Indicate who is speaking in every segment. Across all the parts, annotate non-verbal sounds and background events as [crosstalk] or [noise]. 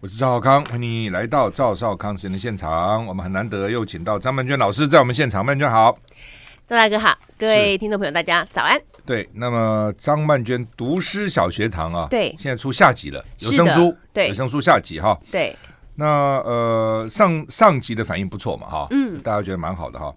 Speaker 1: 我是赵少康，欢迎你来到赵少康时间的现场。我们很难得又请到张曼娟老师在我们现场，曼娟好。
Speaker 2: 赵大哥好，各位听众朋友大家早安。
Speaker 1: 对，那么张曼娟读诗小学堂啊，
Speaker 2: 对
Speaker 1: 现在出下集了，有
Speaker 2: 是
Speaker 1: 声
Speaker 2: 的
Speaker 1: 书，
Speaker 2: 对
Speaker 1: 有声书下集哈。
Speaker 2: 对，
Speaker 1: 那呃，上上集的反应不错嘛哈，
Speaker 2: 嗯，
Speaker 1: 大家觉得蛮好的哈。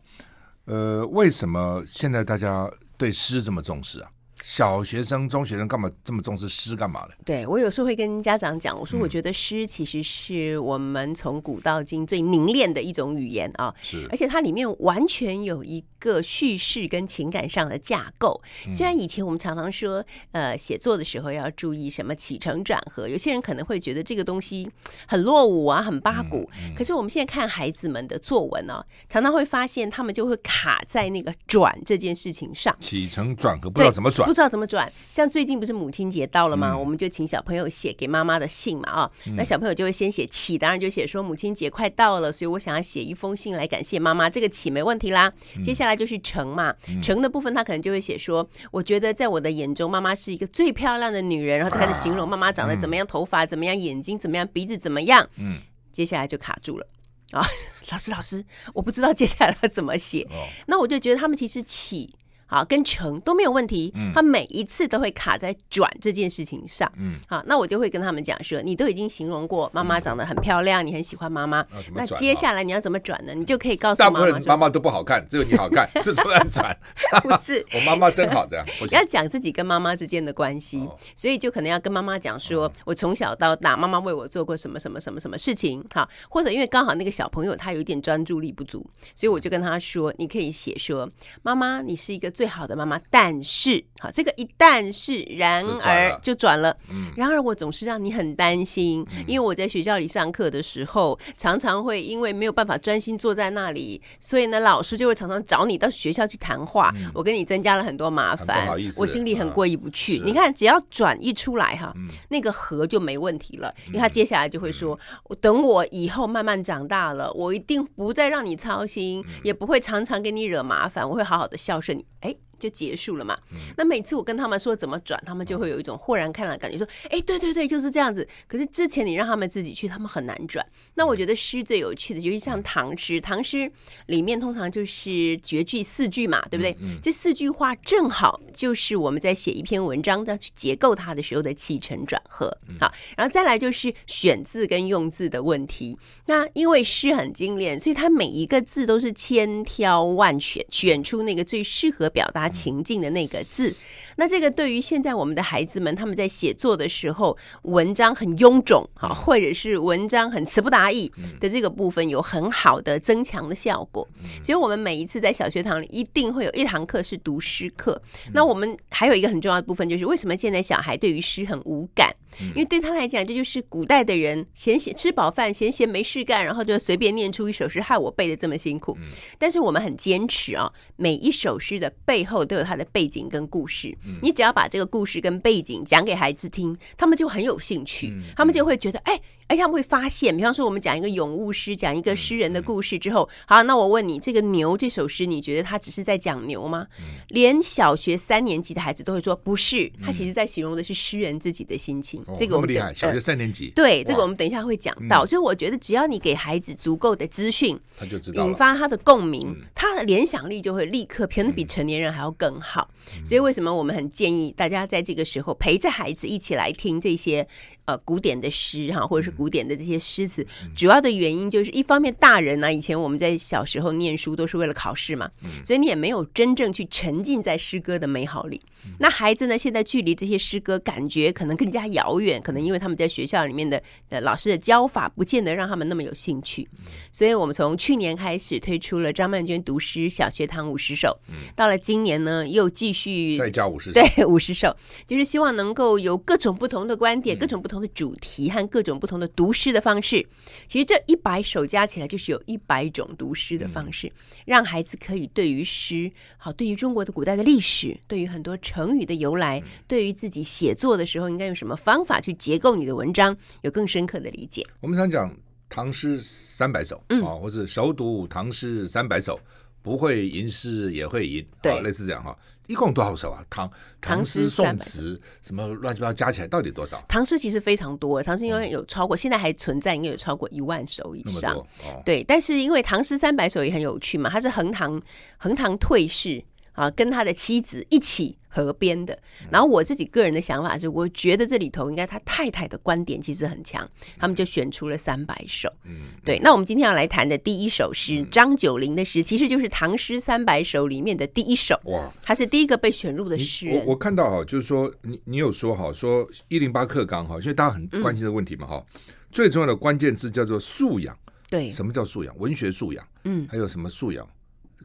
Speaker 1: 呃，为什么现在大家对诗这么重视啊？小学生、中学生干嘛这么重视诗？干嘛呢？
Speaker 2: 对我有时候会跟家长讲，我说
Speaker 1: 嗯
Speaker 2: 我觉得诗其实是我们从古到今最凝练的一种语言啊，
Speaker 1: 是
Speaker 2: 而且它里面完全有一个叙事跟情感上的架构。虽然以前我们常常说，呃，写作的时候要注意什么起承转合，有些人可能会觉得这个东西很落伍啊，很八股。可是我们现在看孩子们的作文呢、常常会发现他们就会卡在那个转这件事情上。
Speaker 1: 起承转合，不
Speaker 2: 对
Speaker 1: 知道怎么转嗯
Speaker 2: 不。知道怎么转。像最近不是母亲节到了吗？我们就请小朋友写给妈妈的信嘛啊，那小朋友就会先写起，当然就写说母亲节快到了，所以我想要写一封信来感谢妈妈，这个起没问题啦。
Speaker 1: 嗯
Speaker 2: 接下来就是成嘛，成的部分他可能就会写说，我觉得在我的眼中，妈妈是一个最漂亮的女人，然后就开始形
Speaker 1: 啊
Speaker 2: 容妈妈长得怎么样，头发怎么样，眼睛怎么样，鼻子怎么样。
Speaker 1: 嗯，
Speaker 2: 接下来就卡住了。啊， [laughs] 老师，老师，我不知道接下来要怎么写，
Speaker 1: 哦，
Speaker 2: 那我就觉得他们其实起啊跟成都没有问题，他每一次都会卡在转这件事情上。
Speaker 1: 嗯，
Speaker 2: 好，那我就会跟他们讲说，你都已经形容过妈妈长得很漂亮，你很喜欢妈妈
Speaker 1: 那怎，么
Speaker 2: 那
Speaker 1: 转
Speaker 2: 接
Speaker 1: 哈
Speaker 2: 下来你要怎么转呢？你就可以告诉
Speaker 1: 大
Speaker 2: 妈
Speaker 1: 部分
Speaker 2: 妈
Speaker 1: 人妈
Speaker 2: 说，
Speaker 1: 妈都不好看，只有你好看，是这么样转。
Speaker 2: 不是。
Speaker 1: 我妈妈真好，这样不行
Speaker 2: 要。讲自己跟妈妈之间的关系，
Speaker 1: 哦嗯
Speaker 2: 所以就可能要跟妈妈讲说，我从小到大，妈妈为我做过什么什么什么什么事情，哈，或者因为刚好那个小朋友他有一点专注力不足，所以我就跟他说，你可以写说，妈妈，你是一个最好的妈妈，但是，好，这个一旦是，然
Speaker 1: 就转
Speaker 2: 而
Speaker 1: 了
Speaker 2: 就转了，
Speaker 1: 嗯
Speaker 2: 然而我总是让你很担心，因为我在学校里上课的时候，常常会因为没有办法专心坐在那里，所以呢，老师就会常常找你到学校去谈话，我给你增加了很多麻
Speaker 1: 嗯很
Speaker 2: 烦
Speaker 1: 不好意，思
Speaker 2: 我心里很
Speaker 1: 啊
Speaker 2: 过意不去。
Speaker 1: 是
Speaker 2: 你看，只要转一出来哈，
Speaker 1: 嗯
Speaker 2: 那个和就没问题了，因为他接下来就会说，我等我以后慢慢长大了，我一定不再让你操心，也不会常常给你惹麻烦，我会好好的孝顺你。哎。就结束了嘛。那每次我跟他们说怎么转，他们就会有一种豁然开朗的感觉，说：“哎，对对对，就是这样子。”可是之前你让他们自己去，他们很难转。那我觉得诗最有趣的，就是像唐诗，唐诗里面通常就是绝句、四句嘛，对不对？这四句话正好就是我们在写一篇文章要去结构它的时候的起承转合。好，然后再来就是选字跟用字的问题。那因为诗很精炼，所以它每一个字都是千挑万选，选出那个最适合表达情境的那个字。那这个对于现在我们的孩子们，他们在写作的时候，文章很臃肿啊，或者是文章很词不达意的这个部分，有很好的增强的效果。所以，我们每一次在小学堂里，一定会有一堂课是读诗课。那我们还有一个很重要的部分，就是为什么现在小孩对于诗很无感？因为对他来讲，这就是古代的人闲闲吃饱饭，闲闲没事干，然后就随便念出一首诗，害我背的这么辛苦。但是我们很坚持啊、每一首诗的背后都有它的背景跟故事。
Speaker 1: 嗯
Speaker 2: 你只要把这个故事跟背景讲给孩子听，他们就很有兴趣，
Speaker 1: 嗯
Speaker 2: 他们就会觉得，哎、哎，他们会发现，比方说我们讲一个咏物诗，讲一个诗人的故事之
Speaker 1: 嗯
Speaker 2: 后，好，那我问你，这个牛这首诗，你觉得它只是在讲牛吗？
Speaker 1: 嗯
Speaker 2: 连小学三年级的孩子都会说不是，他其实在形容的是诗人自己的心情。
Speaker 1: 哦
Speaker 2: 这个
Speaker 1: 那
Speaker 2: 我
Speaker 1: 么
Speaker 2: 们
Speaker 1: 厉
Speaker 2: 等
Speaker 1: 害，小学
Speaker 2: 呃
Speaker 1: 三年级，
Speaker 2: 对，这个
Speaker 1: 哇嗯
Speaker 2: 我们等一下会讲到。就是我觉得，只要你给孩子足够的资讯，
Speaker 1: 他就知道
Speaker 2: 引
Speaker 1: 了。嗯
Speaker 2: 发他的共鸣，他的联想力就会立刻可能比成年人还要更好。
Speaker 1: 嗯
Speaker 2: 所以为什么我们很建议大家在这个时候陪着孩子一起来听这些呃古典的诗哈，或
Speaker 1: 嗯
Speaker 2: 者是古典的这些诗词？主要的原因就是一方面大人呢、以前我们在小时候念书都是为了考试嘛，
Speaker 1: 嗯
Speaker 2: 所以你也没有真正去沉浸在诗歌的美好里。那孩子呢，现在距离这些诗歌感觉可能更加遥远，可能因为他们在学校里面的呃老师的教法，不见得让他们那么有兴趣。所以我们从去年开始推出了张曼娟读诗小学堂五十首，到了今年呢，又继续
Speaker 1: 再加五十，
Speaker 2: 对，五十首，就是希望能够有各种不同的观
Speaker 1: 嗯
Speaker 2: 点、各种不同的主题和各种不同的读诗的方式。其实这一百首加起来就是有一百种读诗的方
Speaker 1: 嗯
Speaker 2: 式，让孩子可以对于诗，好，对于中国的古代的历史，对于很多成语的由
Speaker 1: 嗯
Speaker 2: 来，对于自己写作的时候应该用什么方法去结构你的文章，有更深刻的理解。嗯
Speaker 1: 我们常讲唐诗三百首啊、或是熟读唐诗三百首，不会吟诗也会吟，
Speaker 2: 对
Speaker 1: 啊类似这样哈。一共多少首啊？唐
Speaker 2: 唐
Speaker 1: 唐诗、
Speaker 2: 诗
Speaker 1: 宋
Speaker 2: 300
Speaker 1: 词什么乱七八糟加起来到底多少？
Speaker 2: 唐诗其实非常多，唐诗应该有超过，现在还存在，应该有超过一万首以
Speaker 1: 嗯那么
Speaker 2: 上。
Speaker 1: 多哦，
Speaker 2: 对，但是因为唐诗三百首也很有趣嘛，他是横塘横塘退士啊，跟他的妻子一起合编的。
Speaker 1: 嗯
Speaker 2: 然后我自己个人的想法是，我觉得这里头应该他太太的观点其实很强，他们就选出了三百首。
Speaker 1: 嗯，
Speaker 2: 对，那我们今天要来谈的第一首诗，张九龄的诗，其实就是唐诗三百首里面的第一首，
Speaker 1: 哇，
Speaker 2: 他是第一个被选入的
Speaker 1: 你
Speaker 2: 诗
Speaker 1: 我
Speaker 2: 人。
Speaker 1: 我看到哈，就是说你你有说哈，说一零八课纲哈，因为大家很
Speaker 2: 嗯
Speaker 1: 关心这个问题嘛哈，最重要的关键字叫做素养。
Speaker 2: 对，
Speaker 1: 什么叫素养？文学素养，
Speaker 2: 嗯，
Speaker 1: 还有什么素养？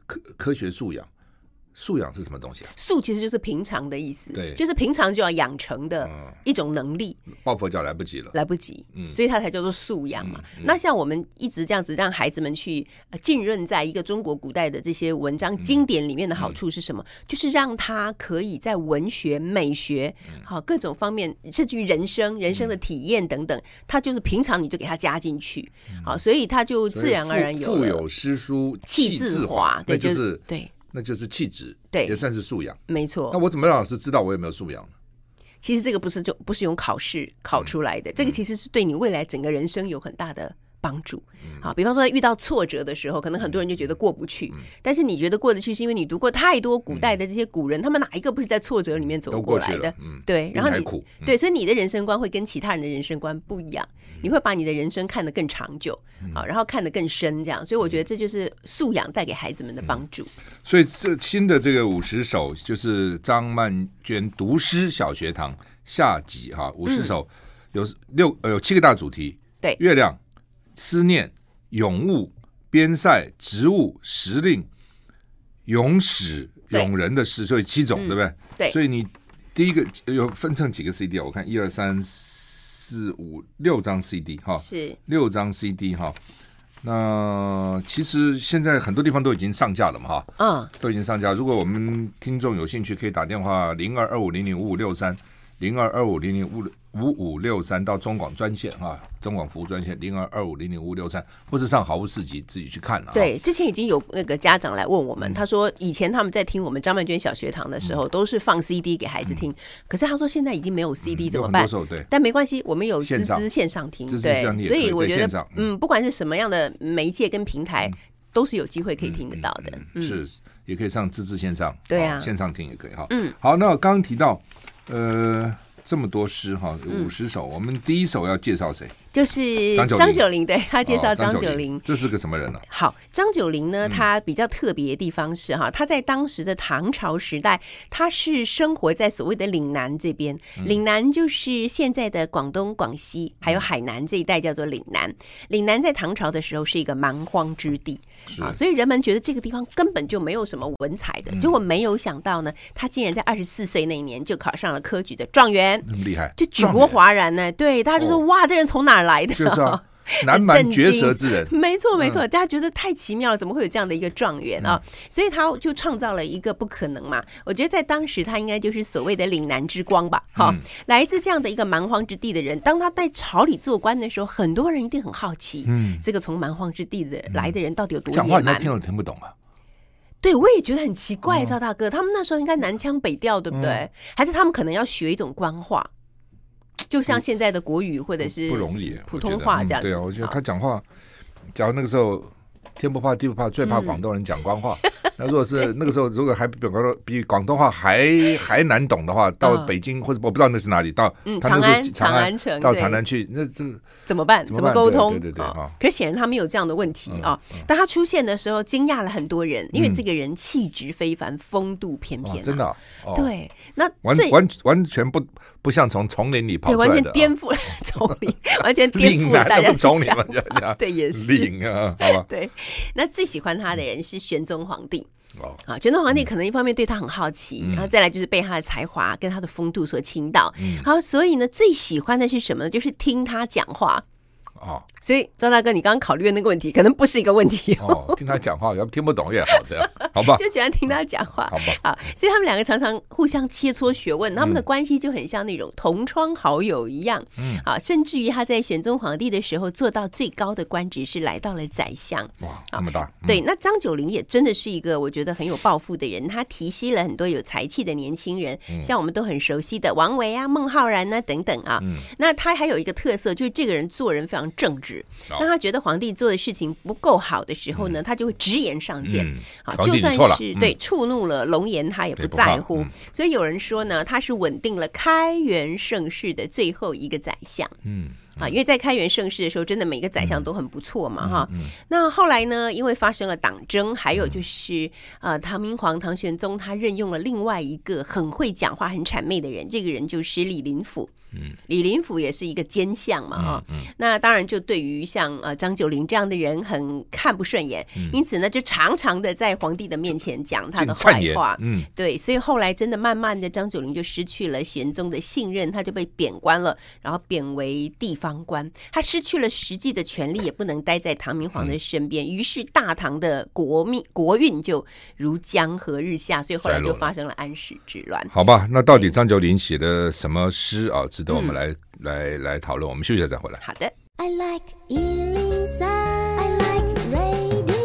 Speaker 1: 科科学素养，素养是什么东西啊？
Speaker 2: 素其实就是平常的意思，
Speaker 1: 对
Speaker 2: 就是平常就要养成的
Speaker 1: 嗯，
Speaker 2: 一种能力。
Speaker 1: 抱佛脚来不及了。
Speaker 2: 来不及，
Speaker 1: 嗯
Speaker 2: 所以它才叫做素养嘛。那像我们一直这样子让孩子们去呃浸润在一个中国古代的这些文章经典里面的好处是什
Speaker 1: 嗯
Speaker 2: 么？就是让他可以在文学、美学、
Speaker 1: 嗯
Speaker 2: 好、各种方面，甚至于人生、人生的体验等等，他就是平常你就给他加进去，好、所以他就
Speaker 1: 嗯所以
Speaker 2: 自然而然
Speaker 1: 腹
Speaker 2: 有
Speaker 1: 腹
Speaker 2: 了
Speaker 1: 有诗书
Speaker 2: 气
Speaker 1: 自
Speaker 2: 自华，
Speaker 1: 那
Speaker 2: 对，
Speaker 1: 就是是
Speaker 2: 对，
Speaker 1: 那就是气质，
Speaker 2: 对
Speaker 1: 也算是素养。
Speaker 2: 没
Speaker 1: 那
Speaker 2: 错。
Speaker 1: 我怎么让老师知道我有没有素养呢？
Speaker 2: 其实这个不是就不是用考试考
Speaker 1: 嗯
Speaker 2: 出来的，这个其实是对你未来整个人生有很大的。帮助
Speaker 1: 嗯
Speaker 2: 好，比方说在遇到挫折的时候，可能很多人就觉得过不去，但是你觉得过得去，是因为你读过太多古代的这些古人，他们哪一个不是在挫折里面走
Speaker 1: 嗯都过去
Speaker 2: 来的
Speaker 1: 了？，嗯，
Speaker 2: 对，然后
Speaker 1: 还
Speaker 2: 你
Speaker 1: 苦，嗯
Speaker 2: 对，所以你的人生观会跟其他人的人生观不一样，你会把你的人生看得更长久，
Speaker 1: 嗯
Speaker 2: 好，然后看得更深，这样，所以我觉得这就是素养带给孩子们的帮助。
Speaker 1: 所以这新的这个五十首就是张曼娟读诗小学堂下集哈，
Speaker 2: 嗯
Speaker 1: 五十首有六呃有七个大主题，
Speaker 2: 对
Speaker 1: 月亮、思念、咏物、边塞、植物、时令、咏史、
Speaker 2: 对嗯
Speaker 1: 咏人的诗，所以七种、对不对？
Speaker 2: 对
Speaker 1: 所以你第一个有分成几个 CD 啊？我看一二三四五六张 CD 哈，
Speaker 2: 是，
Speaker 1: 六张 CD 哈。那其实现在很多地方都已经上架了嘛哈，
Speaker 2: 嗯，
Speaker 1: 都已经上架。如果我们听众有兴趣，可以打电话零二二五零零五五六三零二二五零零五五五六三到中广专线哈、中广服务专线零二二五零零五五六三，或是上好物市集自己去看了、啊。，
Speaker 2: 对，之前已经有那个家长来问我
Speaker 1: 嗯
Speaker 2: 们，他说以前他们在听我们张曼娟小学堂的时候，都是放 CD 给孩子听，可是他说现在已经没有 CD 怎
Speaker 1: 嗯有
Speaker 2: 么
Speaker 1: 很多
Speaker 2: 办
Speaker 1: 时？候对。
Speaker 2: 但没关系，我们有
Speaker 1: 线
Speaker 2: 资
Speaker 1: 上
Speaker 2: 资线上听
Speaker 1: 资，资
Speaker 2: 对
Speaker 1: 线，你也
Speaker 2: 所
Speaker 1: 可以
Speaker 2: 以我
Speaker 1: 在
Speaker 2: 觉
Speaker 1: 线
Speaker 2: 得
Speaker 1: 上，嗯
Speaker 2: 嗯，不管是什么样的媒介跟平台，都是有机会可以听得到的。嗯，
Speaker 1: 是，也可以上自制线上，
Speaker 2: 对啊
Speaker 1: 线上听也可以哈。
Speaker 2: 嗯，
Speaker 1: 好，那我刚刚提到，呃，这么多诗哈，
Speaker 2: 嗯
Speaker 1: 五十首，我们第一首要介绍谁？
Speaker 2: 就是
Speaker 1: 张九龄
Speaker 2: 张九龄，对他介
Speaker 1: 哦
Speaker 2: 绍
Speaker 1: 张
Speaker 2: 张九
Speaker 1: 九
Speaker 2: 龄
Speaker 1: 龄，，这是个什么人呢？
Speaker 2: 好，张九龄呢，
Speaker 1: 嗯
Speaker 2: 他比较特别的地方是哈，他在当时的唐朝时代，他是生活在所谓的岭南这边，
Speaker 1: 嗯
Speaker 2: 岭南就是现在的广东、广西还有海南这一带叫做岭南。岭南在唐朝的时候是一个蛮荒之地
Speaker 1: 是嗯
Speaker 2: 啊，所以人们觉得这个地方根本就没有什么文采的，结果没有想到呢，他竟然在二十四岁那一年就考上了科举的状元，
Speaker 1: 那么厉害，
Speaker 2: 就举
Speaker 1: 状
Speaker 2: 国
Speaker 1: 元
Speaker 2: 哗然呢。对，大家就说、
Speaker 1: 哦
Speaker 2: 哇，这人从哪儿来的？
Speaker 1: 就是
Speaker 2: [laughs]
Speaker 1: 啊，南蛮
Speaker 2: 震
Speaker 1: 绝
Speaker 2: 惊
Speaker 1: 舌之人，
Speaker 2: [laughs] 没错，没错，大家觉得太奇妙了，怎么会有这样的一个状元啊？
Speaker 1: 嗯
Speaker 2: 所以他就创造了一个不可能嘛。我觉得在当时，他应该就是所谓的岭南之光吧，
Speaker 1: 嗯
Speaker 2: 哈、来自这样的一个蛮荒之地的人，当他在朝里做官的时候，很多人一定很好奇，
Speaker 1: 嗯
Speaker 2: 这个从蛮荒之地的来的人到底有多
Speaker 1: 讲话
Speaker 2: 野
Speaker 1: 人家
Speaker 2: 蛮
Speaker 1: 听？嗯都听不懂啊。
Speaker 2: 对，我也觉得很奇怪，赵大哥，他们那时候应该南腔北调，对不对？
Speaker 1: 嗯
Speaker 2: 还是他们可能要学一种官话，就像现在的国语或者是
Speaker 1: 不容易，
Speaker 2: 普
Speaker 1: 我觉
Speaker 2: 通
Speaker 1: 得
Speaker 2: 话
Speaker 1: 嗯
Speaker 2: 这样
Speaker 1: 对啊，
Speaker 2: 子
Speaker 1: 我觉得
Speaker 2: 好
Speaker 1: 他讲话，假如那个时候天不怕地不怕，最
Speaker 2: 嗯
Speaker 1: 怕广东人讲官话。那如果是那个时候，如果还比广东比广东话
Speaker 2: [laughs]
Speaker 1: 还还难懂的话，到
Speaker 2: 嗯
Speaker 1: 北京或者我不知道那是哪里，到
Speaker 2: 嗯
Speaker 1: 他那
Speaker 2: 长
Speaker 1: 时候去
Speaker 2: 安
Speaker 1: 长
Speaker 2: 长
Speaker 1: 安
Speaker 2: 安城
Speaker 1: 到
Speaker 2: 对
Speaker 1: 长安去，那这个
Speaker 2: 怎么办？
Speaker 1: 怎
Speaker 2: 怎
Speaker 1: 么
Speaker 2: 么
Speaker 1: 办
Speaker 2: 沟
Speaker 1: 对
Speaker 2: 通？
Speaker 1: 对对对
Speaker 2: 啊
Speaker 1: 哈
Speaker 2: 可是显然他没有这样的问题
Speaker 1: 嗯
Speaker 2: 啊。当他出现的时候，惊讶了很多人，因为这个人气质非凡，风度翩翩
Speaker 1: 哇
Speaker 2: 啊。
Speaker 1: 真的啊哦，
Speaker 2: 对，那
Speaker 1: 完
Speaker 2: 最
Speaker 1: 完完全不不像从丛林里跑
Speaker 2: 对
Speaker 1: 出
Speaker 2: 完
Speaker 1: 来
Speaker 2: 全
Speaker 1: 的啊，
Speaker 2: 颠覆了 [laughs] 丛林，完全颠
Speaker 1: 岭
Speaker 2: 覆
Speaker 1: 南
Speaker 2: 了大
Speaker 1: 那
Speaker 2: 家
Speaker 1: 不
Speaker 2: 的
Speaker 1: 丛林
Speaker 2: 想
Speaker 1: 嘛，这
Speaker 2: 法
Speaker 1: 样
Speaker 2: [laughs]
Speaker 1: [laughs]
Speaker 2: 对，也是。
Speaker 1: 岭啊，好吧，
Speaker 2: 对，那最喜欢他的人是玄宗皇帝
Speaker 1: 哦，
Speaker 2: 啊。玄宗皇帝可能一方面对他很好奇，
Speaker 1: 嗯
Speaker 2: 然后再来就是被他的才华跟他
Speaker 1: 嗯
Speaker 2: 的风度所倾倒。好，所以呢，最喜欢的是什么呢？就是听他讲话。
Speaker 1: 啊。
Speaker 2: 所以张大哥，你刚刚考虑的那个问题，可能不是一个问题哦。
Speaker 1: 哦，听他讲话，要不听不懂也好，这样好吧？
Speaker 2: [laughs] 就喜欢听他讲话，
Speaker 1: 好吧？
Speaker 2: 好，所以他们两个常常互相切磋学问，他们的关系就很像那种同窗好友一样。
Speaker 1: 嗯，
Speaker 2: 啊，甚至于他在选宗皇帝的时候做到最高的官职是来到了宰相。
Speaker 1: 哇，那么大，嗯
Speaker 2: 对，那张九龄也真的是一个我觉得很有抱负的人，他提携了很多有才气的年轻人，
Speaker 1: 嗯
Speaker 2: 像我们都很熟悉的王维啊、孟浩然啊等等啊。
Speaker 1: 嗯
Speaker 2: 那他还有一个特色，就是这个人做人非常正直。
Speaker 1: 哦
Speaker 2: 当他觉得皇帝做的事情不够好的时候呢，他就会直言上谏。
Speaker 1: 嗯，
Speaker 2: 啊，
Speaker 1: 皇
Speaker 2: 就
Speaker 1: 帝
Speaker 2: 算
Speaker 1: 你错了，
Speaker 2: 是
Speaker 1: 嗯
Speaker 2: 对触怒了龙颜，他也
Speaker 1: 对
Speaker 2: 不
Speaker 1: 不怕
Speaker 2: 在乎
Speaker 1: 嗯。
Speaker 2: 所以有人说呢，他是稳定了开元盛世的最后一个宰相。
Speaker 1: 嗯，
Speaker 2: 啊，因为在开元盛世的时候，真的每个宰相都很不错嘛，哈。
Speaker 1: 嗯
Speaker 2: 那后来呢，因为发生了党争，还有就是、呃，唐明皇唐玄宗他任用了另外一个很会讲话、很谄媚的人，这个人就是李林甫。
Speaker 1: 嗯，
Speaker 2: 李林甫也是一个奸相嘛，哈、
Speaker 1: 嗯
Speaker 2: 那当然就对于像呃张九龄这样的人很看不顺眼，因此呢，就常常的在皇帝的面前讲
Speaker 1: 嗯
Speaker 2: 他
Speaker 1: 进
Speaker 2: 的
Speaker 1: 谗
Speaker 2: 坏
Speaker 1: 言
Speaker 2: 话，。
Speaker 1: 嗯，
Speaker 2: 对，所以后来真的慢慢的，张九龄就失去了玄宗的信任，他就被贬官了，然后贬为地方官，他失去了实际的权利，也不能待在唐明皇的身
Speaker 1: 嗯
Speaker 2: 边，于是大唐的国命国运就如江河日下，所以后来
Speaker 1: 衰落
Speaker 2: 就
Speaker 1: 了
Speaker 2: 发生了安史之乱。
Speaker 1: 好吧，那到底张九龄写的什么诗啊，值得我们
Speaker 2: 嗯
Speaker 1: 来来来讨论？我们休息一下再回来。
Speaker 2: 好的，
Speaker 3: I like Ealing Sound. I like radio.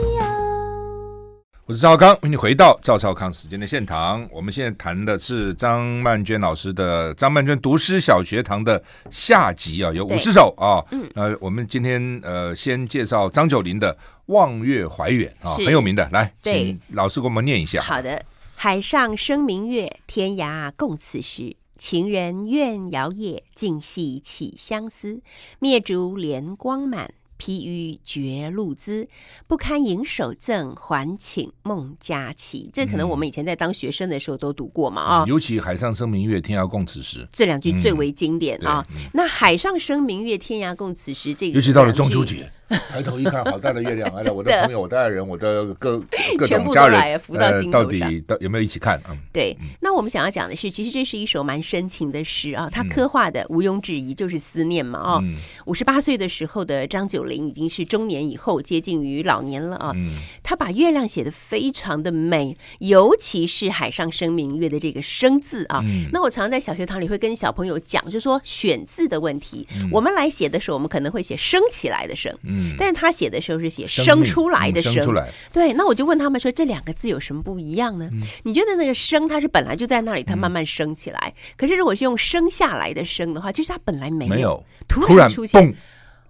Speaker 1: 我是赵少康，欢迎你回到赵少康时间的现场。我们现在谈的是张曼娟老师的《张曼娟读诗小学堂》的下集啊，有五
Speaker 2: 对
Speaker 1: 十首啊。
Speaker 2: 嗯，
Speaker 1: 呃，我们今天呃先介绍张九龄的《望月怀远》啊，
Speaker 2: 是
Speaker 1: 很有名的。来，
Speaker 2: 对
Speaker 1: 请老师给我们念一下。
Speaker 2: 好的，海上生明月，天涯共此时。情人怨遥夜，竟系起相思。灭烛怜光满，披于绝露滋。不堪盈手赠，还请孟佳琪。这可能我们以前在当学生的时候都读过嘛啊、
Speaker 1: 嗯尤其“海上生明月，天涯共此时
Speaker 2: 这两句最
Speaker 1: 嗯
Speaker 2: 为经典”，
Speaker 1: 对，
Speaker 2: 啊。
Speaker 1: 嗯
Speaker 2: 那“海上生明月，天涯共此时”这个，
Speaker 1: 尤其到了中秋，节，抬头一看，好大的月亮！哎呀，我
Speaker 2: [laughs] 真
Speaker 1: 的
Speaker 2: 的
Speaker 1: 朋友、我的爱人、我的各各
Speaker 2: 全
Speaker 1: 种
Speaker 2: 部
Speaker 1: 家
Speaker 2: 都来
Speaker 1: 人，
Speaker 2: 浮到
Speaker 1: 呃
Speaker 2: 心头
Speaker 1: 到
Speaker 2: 上
Speaker 1: 底到有没有一起看？嗯，
Speaker 2: 对，那我们想要讲的是，其实这是一首蛮深情的诗啊，它
Speaker 1: 嗯
Speaker 2: 刻画的毋庸置疑就是思念嘛哦。
Speaker 1: 嗯
Speaker 2: 五十八岁的时候的张九龄已经是中年以后，接近于老年了啊。
Speaker 1: 嗯
Speaker 2: 他把月亮写得非常的美，尤其是“海上生明月”的这个“生”字啊。
Speaker 1: 嗯
Speaker 2: 那我常在小学堂里会跟小朋友讲，就说选字的问题。我们来写的时候，我们可能会写升起来的升，
Speaker 1: 嗯，
Speaker 2: 但是他写的时候是写
Speaker 1: 生
Speaker 2: 生
Speaker 1: 命
Speaker 2: 出来的
Speaker 1: 嗯生出来，嗯
Speaker 2: 对，那我就问他们说这两个字有什么不一样呢？你觉得那个升它是本来就在那里，它慢慢升起来，可是如果是用生下来的升的话，就是它本来没有，
Speaker 1: 没有
Speaker 2: 突
Speaker 1: 突然
Speaker 2: 出现，
Speaker 1: 蹦，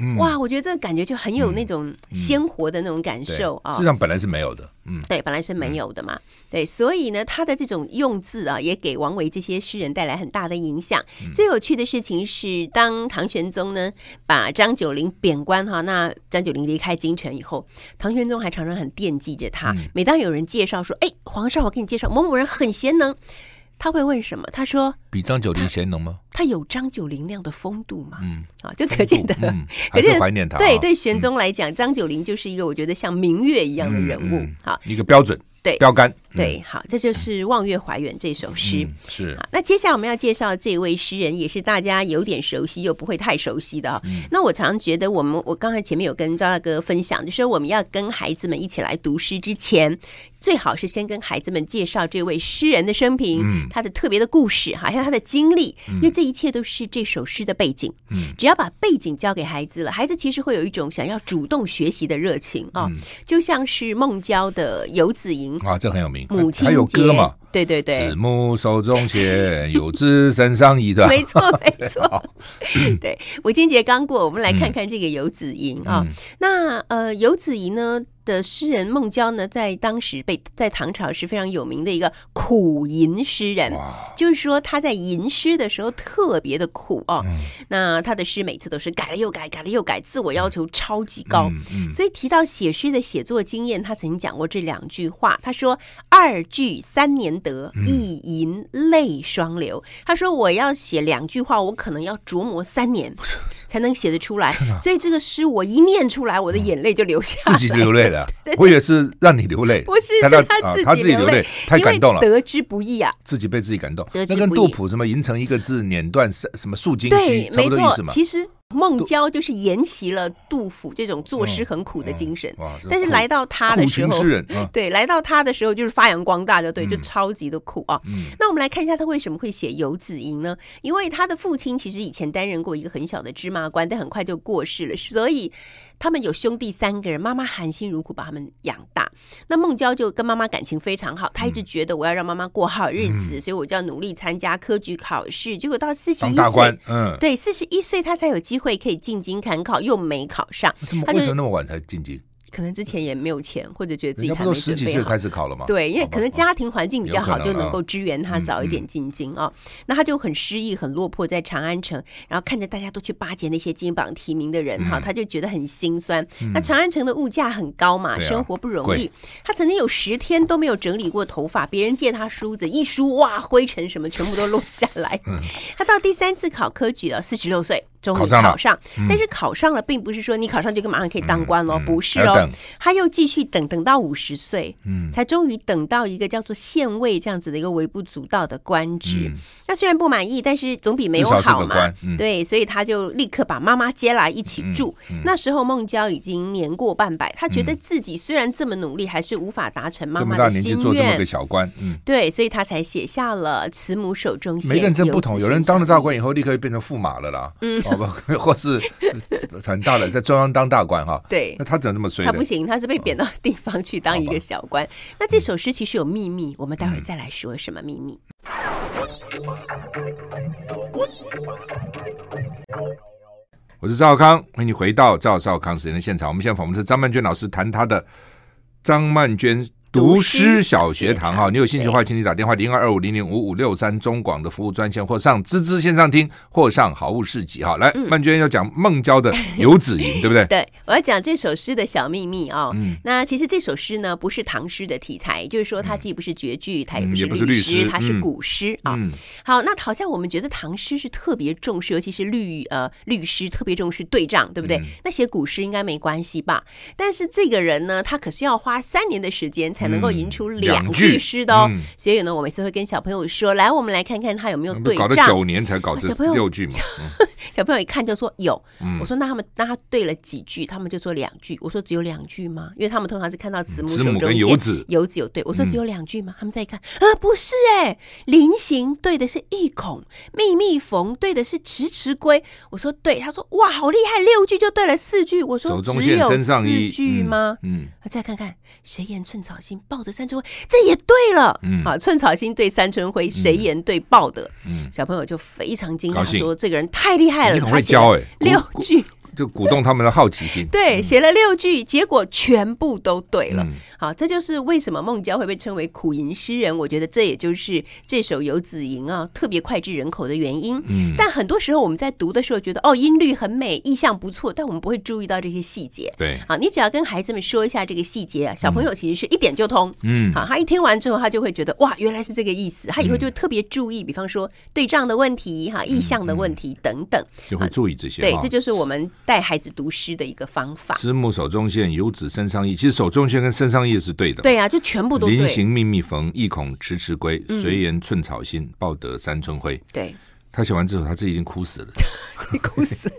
Speaker 1: 嗯，
Speaker 2: 哇，我觉得这个感觉就很有那种鲜活的那种感
Speaker 1: 对，
Speaker 2: 受啊。
Speaker 1: 事实上本来是没有的，嗯，
Speaker 2: 对，本来是没有的嘛。对，所以呢，他的这种用字啊，也给王维这些诗人带来很大的影响。
Speaker 1: 嗯
Speaker 2: 最有趣的事情是，当唐玄宗呢把张九龄贬官哈，那张九龄离开京城以后，唐玄宗还常常很惦记着他。
Speaker 1: 嗯
Speaker 2: 每当有人介绍说：“哎，皇上，我给你介绍某某人很贤能。”他会问什么？他说
Speaker 1: 比张九龄贤能吗？：“
Speaker 2: 他有张九龄那样的风度嘛？”
Speaker 1: 嗯，
Speaker 2: 啊，就 [laughs] 可见的。 [laughs]
Speaker 1: 嗯，还
Speaker 2: 可
Speaker 1: 是
Speaker 2: 见
Speaker 1: 怀念他啊，
Speaker 2: 对对，玄宗来讲，张九龄就是一个我觉得像明月一样的人物。
Speaker 1: 嗯嗯
Speaker 2: 好，
Speaker 1: 一个标准，
Speaker 2: 对
Speaker 1: 标杆，嗯，
Speaker 2: 对，啊好，这就是《望月怀远》这首诗。
Speaker 1: 嗯是
Speaker 2: 好，那接下来我们要介绍这位诗人，也是大家有点熟悉又不会太熟悉的、哦
Speaker 1: 嗯
Speaker 2: 那我常觉得，我们我刚才前面有跟赵大哥分享，就是我们要跟孩子们一起来读诗之前，最好是先跟孩子们介绍这位诗人的生平，
Speaker 1: 嗯
Speaker 2: 他的特别的故事，还有他的经历，因为这一切都是这首诗的背景。
Speaker 1: 嗯
Speaker 2: 只要把背景交给孩子了，孩子其实会有一种想要主动学习的热情啊、
Speaker 1: 嗯
Speaker 2: 就像是孟郊的《游子吟》。
Speaker 1: 啊，这很有名，还
Speaker 2: 母亲
Speaker 1: 还有
Speaker 2: 节，
Speaker 1: 歌嘛，
Speaker 2: 对对对
Speaker 1: 子，木啊手
Speaker 2: [laughs]
Speaker 1: 中线，有知身上衣，对吧？
Speaker 2: 没
Speaker 1: [laughs]
Speaker 2: 错没错， [laughs] 对，母亲节刚过，我们来看看这个游子吟啊、
Speaker 1: 嗯
Speaker 2: 那呃，游子吟呢的诗人孟郊呢，在当时被在唐朝是非常有名的一个苦吟诗人。
Speaker 1: 哇，
Speaker 2: 就是说他在吟诗的时候特别的苦哦，
Speaker 1: 嗯
Speaker 2: 那他的诗每次都是改了又改，改了又改，自我要求超级高。
Speaker 1: 嗯嗯
Speaker 2: 所以提到写诗的写作经验，他曾经讲过这两句话。他说：“二句三年得，
Speaker 1: 嗯
Speaker 2: 一吟泪双流。他说：“我要写两句话，我可能要琢磨三年才能写得出来。所以这个诗我一念出来，我的眼泪就流下来。
Speaker 1: 啊嗯自己流泪了，我也是让你流泪，
Speaker 2: [laughs] 不是
Speaker 1: 他
Speaker 2: 是
Speaker 1: 让
Speaker 2: 他
Speaker 1: 啊
Speaker 2: 自
Speaker 1: 他
Speaker 2: 己
Speaker 1: 自己
Speaker 2: 流
Speaker 1: 流
Speaker 2: 泪
Speaker 1: 泪，太感动了
Speaker 2: 因，为得之不易啊。
Speaker 1: 自己被自己感动。
Speaker 2: 得
Speaker 1: 那
Speaker 2: 之
Speaker 1: 跟
Speaker 2: 不
Speaker 1: 杜
Speaker 2: 易
Speaker 1: 甫什么“吟成一个字，碾断三什么数金
Speaker 2: 对
Speaker 1: 须”，差
Speaker 2: 没
Speaker 1: 不多意
Speaker 2: 错
Speaker 1: 思，嘛。
Speaker 2: 其实孟郊就是沿袭了杜甫这种作诗很苦的精神，
Speaker 1: 哇，这
Speaker 2: 但是
Speaker 1: 嗯苦
Speaker 2: 来到他的
Speaker 1: 苦
Speaker 2: 时
Speaker 1: 情
Speaker 2: 候
Speaker 1: 诗，人啊，
Speaker 2: 对，来到他的时候就是发扬光大，就对，就
Speaker 1: 嗯
Speaker 2: 超级的苦啊。 [laughs]
Speaker 1: 嗯
Speaker 2: 那我们来看一下他为什么会写《游子吟》呢？因为他的父亲其实以前担任过一个很小的芝麻官，但很快就过世了，所以他们有兄弟三个人，妈妈含辛茹苦把他们养大。那孟郊就跟妈妈感情非常好，他一
Speaker 1: 嗯
Speaker 2: 直觉得我要让妈妈过好日子，所以我就要努力参加科举考试。结果到四十
Speaker 1: 当
Speaker 2: 一
Speaker 1: 大官
Speaker 2: 岁，，
Speaker 1: 嗯，
Speaker 2: 对，四十一岁他才有机会可以进京赶考，又没考上，
Speaker 1: 那这么
Speaker 2: 他就
Speaker 1: 为什么那么晚才进京？
Speaker 2: 可能之前也没有钱，或者觉得自
Speaker 1: 人
Speaker 2: 己
Speaker 1: 家
Speaker 2: 还
Speaker 1: 不
Speaker 2: 没
Speaker 1: 都十
Speaker 2: 准
Speaker 1: 几
Speaker 2: 备
Speaker 1: 岁
Speaker 2: 好
Speaker 1: 开。始考了吗？
Speaker 2: 对，因为
Speaker 1: 啊好吧
Speaker 2: 可能家庭环境比较
Speaker 1: 有
Speaker 2: 好，
Speaker 1: 可能
Speaker 2: 就能够支援他
Speaker 1: 嗯
Speaker 2: 早一点进京啊、那他就很失意、很落魄，在长安城，然后看着大家都去巴结那些金榜题名的人哈、
Speaker 1: 嗯
Speaker 2: 他就觉得很心酸。那长安城的物价很高嘛，
Speaker 1: 对啊
Speaker 2: 生活不容易
Speaker 1: 贵。
Speaker 2: 他曾经有十天都没有整理过头发，别人借他梳子一梳，哇，灰尘什么全部都落下来。 [laughs] 他到第三次考科举了，四十六岁。终
Speaker 1: 嗯
Speaker 2: 于
Speaker 1: 考上了
Speaker 2: 考上，但是考上了，并不是说你考上就马上可以当官喽，
Speaker 1: 嗯
Speaker 2: 不是
Speaker 1: 还要
Speaker 2: 哦
Speaker 1: 等，
Speaker 2: 他又继续等，等到五十岁，
Speaker 1: 嗯
Speaker 2: 才终于等到一个叫做县尉这样子的一个微不足道的官职。
Speaker 1: 嗯
Speaker 2: 那虽然不满意，但是总比没有
Speaker 1: 至少是
Speaker 2: 好
Speaker 1: 个
Speaker 2: 嘛。
Speaker 1: 官嗯
Speaker 2: 对，所以他就立刻把妈妈接来一起住。
Speaker 1: 嗯
Speaker 2: 那时候孟郊已经年过半百，他觉得自己虽然这么努力，还是无法达成妈
Speaker 1: 这么
Speaker 2: 妈
Speaker 1: 大
Speaker 2: 的
Speaker 1: 年纪
Speaker 2: 心
Speaker 1: 做这么
Speaker 2: 愿
Speaker 1: 个。小官，嗯，
Speaker 2: 对，所以他才写下了“慈母手中线”。
Speaker 1: 每个人真不同，
Speaker 2: 子
Speaker 1: 有人
Speaker 2: 身
Speaker 1: 当了
Speaker 2: 上
Speaker 1: 大
Speaker 2: 衣
Speaker 1: 官以后立刻就变成驸马了啦，嗯，好吧，或
Speaker 2: [laughs]
Speaker 1: 是呃很大的在中央当大官哈，
Speaker 2: 对
Speaker 1: 那，他怎么这么衰
Speaker 2: 他
Speaker 1: 呢？
Speaker 2: 不行，他是被贬到地方去当一个小官。那这首诗其实有秘密，我们待会
Speaker 1: 嗯
Speaker 2: 儿再来说什么秘密。
Speaker 1: 我是赵康，欢迎你回到赵少康时间的现场。我们现在访问的是张曼娟老师，谈她的张曼娟读诗小学堂哈。你有兴趣的话，请你打电话零二二五零零五五六三中广的服务专线，或上滋滋线上听，或上好物市集哈。来，曼娟要讲孟郊的《游子吟》，对 [laughs] 不对？
Speaker 2: 嗯 [laughs] 对，我要讲这首诗的小秘密哦。
Speaker 1: 嗯
Speaker 2: 那其实这首诗呢，不是唐诗的题材，就是说它既不是绝句，它也
Speaker 1: 嗯
Speaker 2: 不
Speaker 1: 也
Speaker 2: 是
Speaker 1: 不是律
Speaker 2: 诗，
Speaker 1: 诗
Speaker 2: 它是
Speaker 1: 嗯
Speaker 2: 古诗啊。
Speaker 1: 嗯
Speaker 2: 好，那好像我们觉得唐诗是特别重视，尤其是律呃律诗特别重视对仗，对不对？
Speaker 1: 嗯
Speaker 2: 那写古诗应该没关系吧？但是这个人呢，他可是要花三年的时间才能够吟出
Speaker 1: 嗯
Speaker 2: 两
Speaker 1: 两
Speaker 2: 句
Speaker 1: 句
Speaker 2: 诗的哦。
Speaker 1: 嗯
Speaker 2: 所以呢，我每次会跟小朋友说，来，我们来看看他有没有
Speaker 1: 那不
Speaker 2: 对
Speaker 1: 搞了
Speaker 2: 仗。啊
Speaker 1: 九年才搞这
Speaker 2: 小朋友
Speaker 1: 六句嘛，嗯
Speaker 2: 小朋友一看就说有，我说那他们那他对了几句，他们就说两句，我说只有两句吗？因为他们通常是看到慈母
Speaker 1: 子
Speaker 2: 手
Speaker 1: 嗯母
Speaker 2: 中
Speaker 1: 跟
Speaker 2: 线
Speaker 1: 游子嗯
Speaker 2: 游子有对，我说只有两句吗？他们再一看，啊，不是哎、临行对的是一孔，密密缝对的是迟迟归，我说对，他说哇，好厉害，六句就对了四句，我说
Speaker 1: 手中
Speaker 2: 只
Speaker 1: 线
Speaker 2: 有
Speaker 1: 身上
Speaker 2: 四
Speaker 1: 衣，
Speaker 2: 句
Speaker 1: 嗯
Speaker 2: 吗？
Speaker 1: 嗯，
Speaker 2: 啊再看看谁言寸草心，报得三春晖，这也对了。
Speaker 1: 嗯
Speaker 2: 好，寸草心对三春晖，谁言对报得？
Speaker 1: 嗯
Speaker 2: 小朋友就非常惊
Speaker 1: 高
Speaker 2: 讶，
Speaker 1: 兴
Speaker 2: 说这个人太厉害了，
Speaker 1: 你很
Speaker 2: 他
Speaker 1: 会
Speaker 2: 写了
Speaker 1: 教哎
Speaker 2: [laughs] 六
Speaker 1: 鼓
Speaker 2: 句。
Speaker 1: 就鼓动他们的好奇心。
Speaker 2: 对，写了六句，结果全部都 [laughs] 对了
Speaker 1: 嗯。
Speaker 2: 好，这就是为什么孟郊会被称为苦吟诗人。我觉得这也就是这首《游子吟》啊，特别脍炙人口的原因。
Speaker 1: 嗯
Speaker 2: 但很多时候我们在读的时候觉得，哦，音律很美，意象不错，但我们不会注意到这些细节。
Speaker 1: 对，
Speaker 2: 好，你只要跟孩子们说一下这个细节啊，小朋友其实是一点就通。
Speaker 1: 嗯
Speaker 2: 好，他一听完之后，他就会觉得哇，原来是这个意思。他以后就特别注意，比方说对仗的问题、
Speaker 1: 嗯
Speaker 2: 哈意象的问题等等。
Speaker 1: 就会注意这些
Speaker 2: 对
Speaker 1: 哈。，
Speaker 2: 这就是我们带孩子读诗的一个方法。
Speaker 1: 慈母手中线，游子身上意。其实手中线跟身上意是对的。
Speaker 2: 对啊，就全部都
Speaker 1: 临
Speaker 2: 对。嗯
Speaker 1: 行密密缝，意恐迟迟归。谁言寸草心，报得三春晖。 [laughs]
Speaker 2: 对，
Speaker 1: 他写完之后，他自己一定哭死了。[laughs]
Speaker 2: 哭死，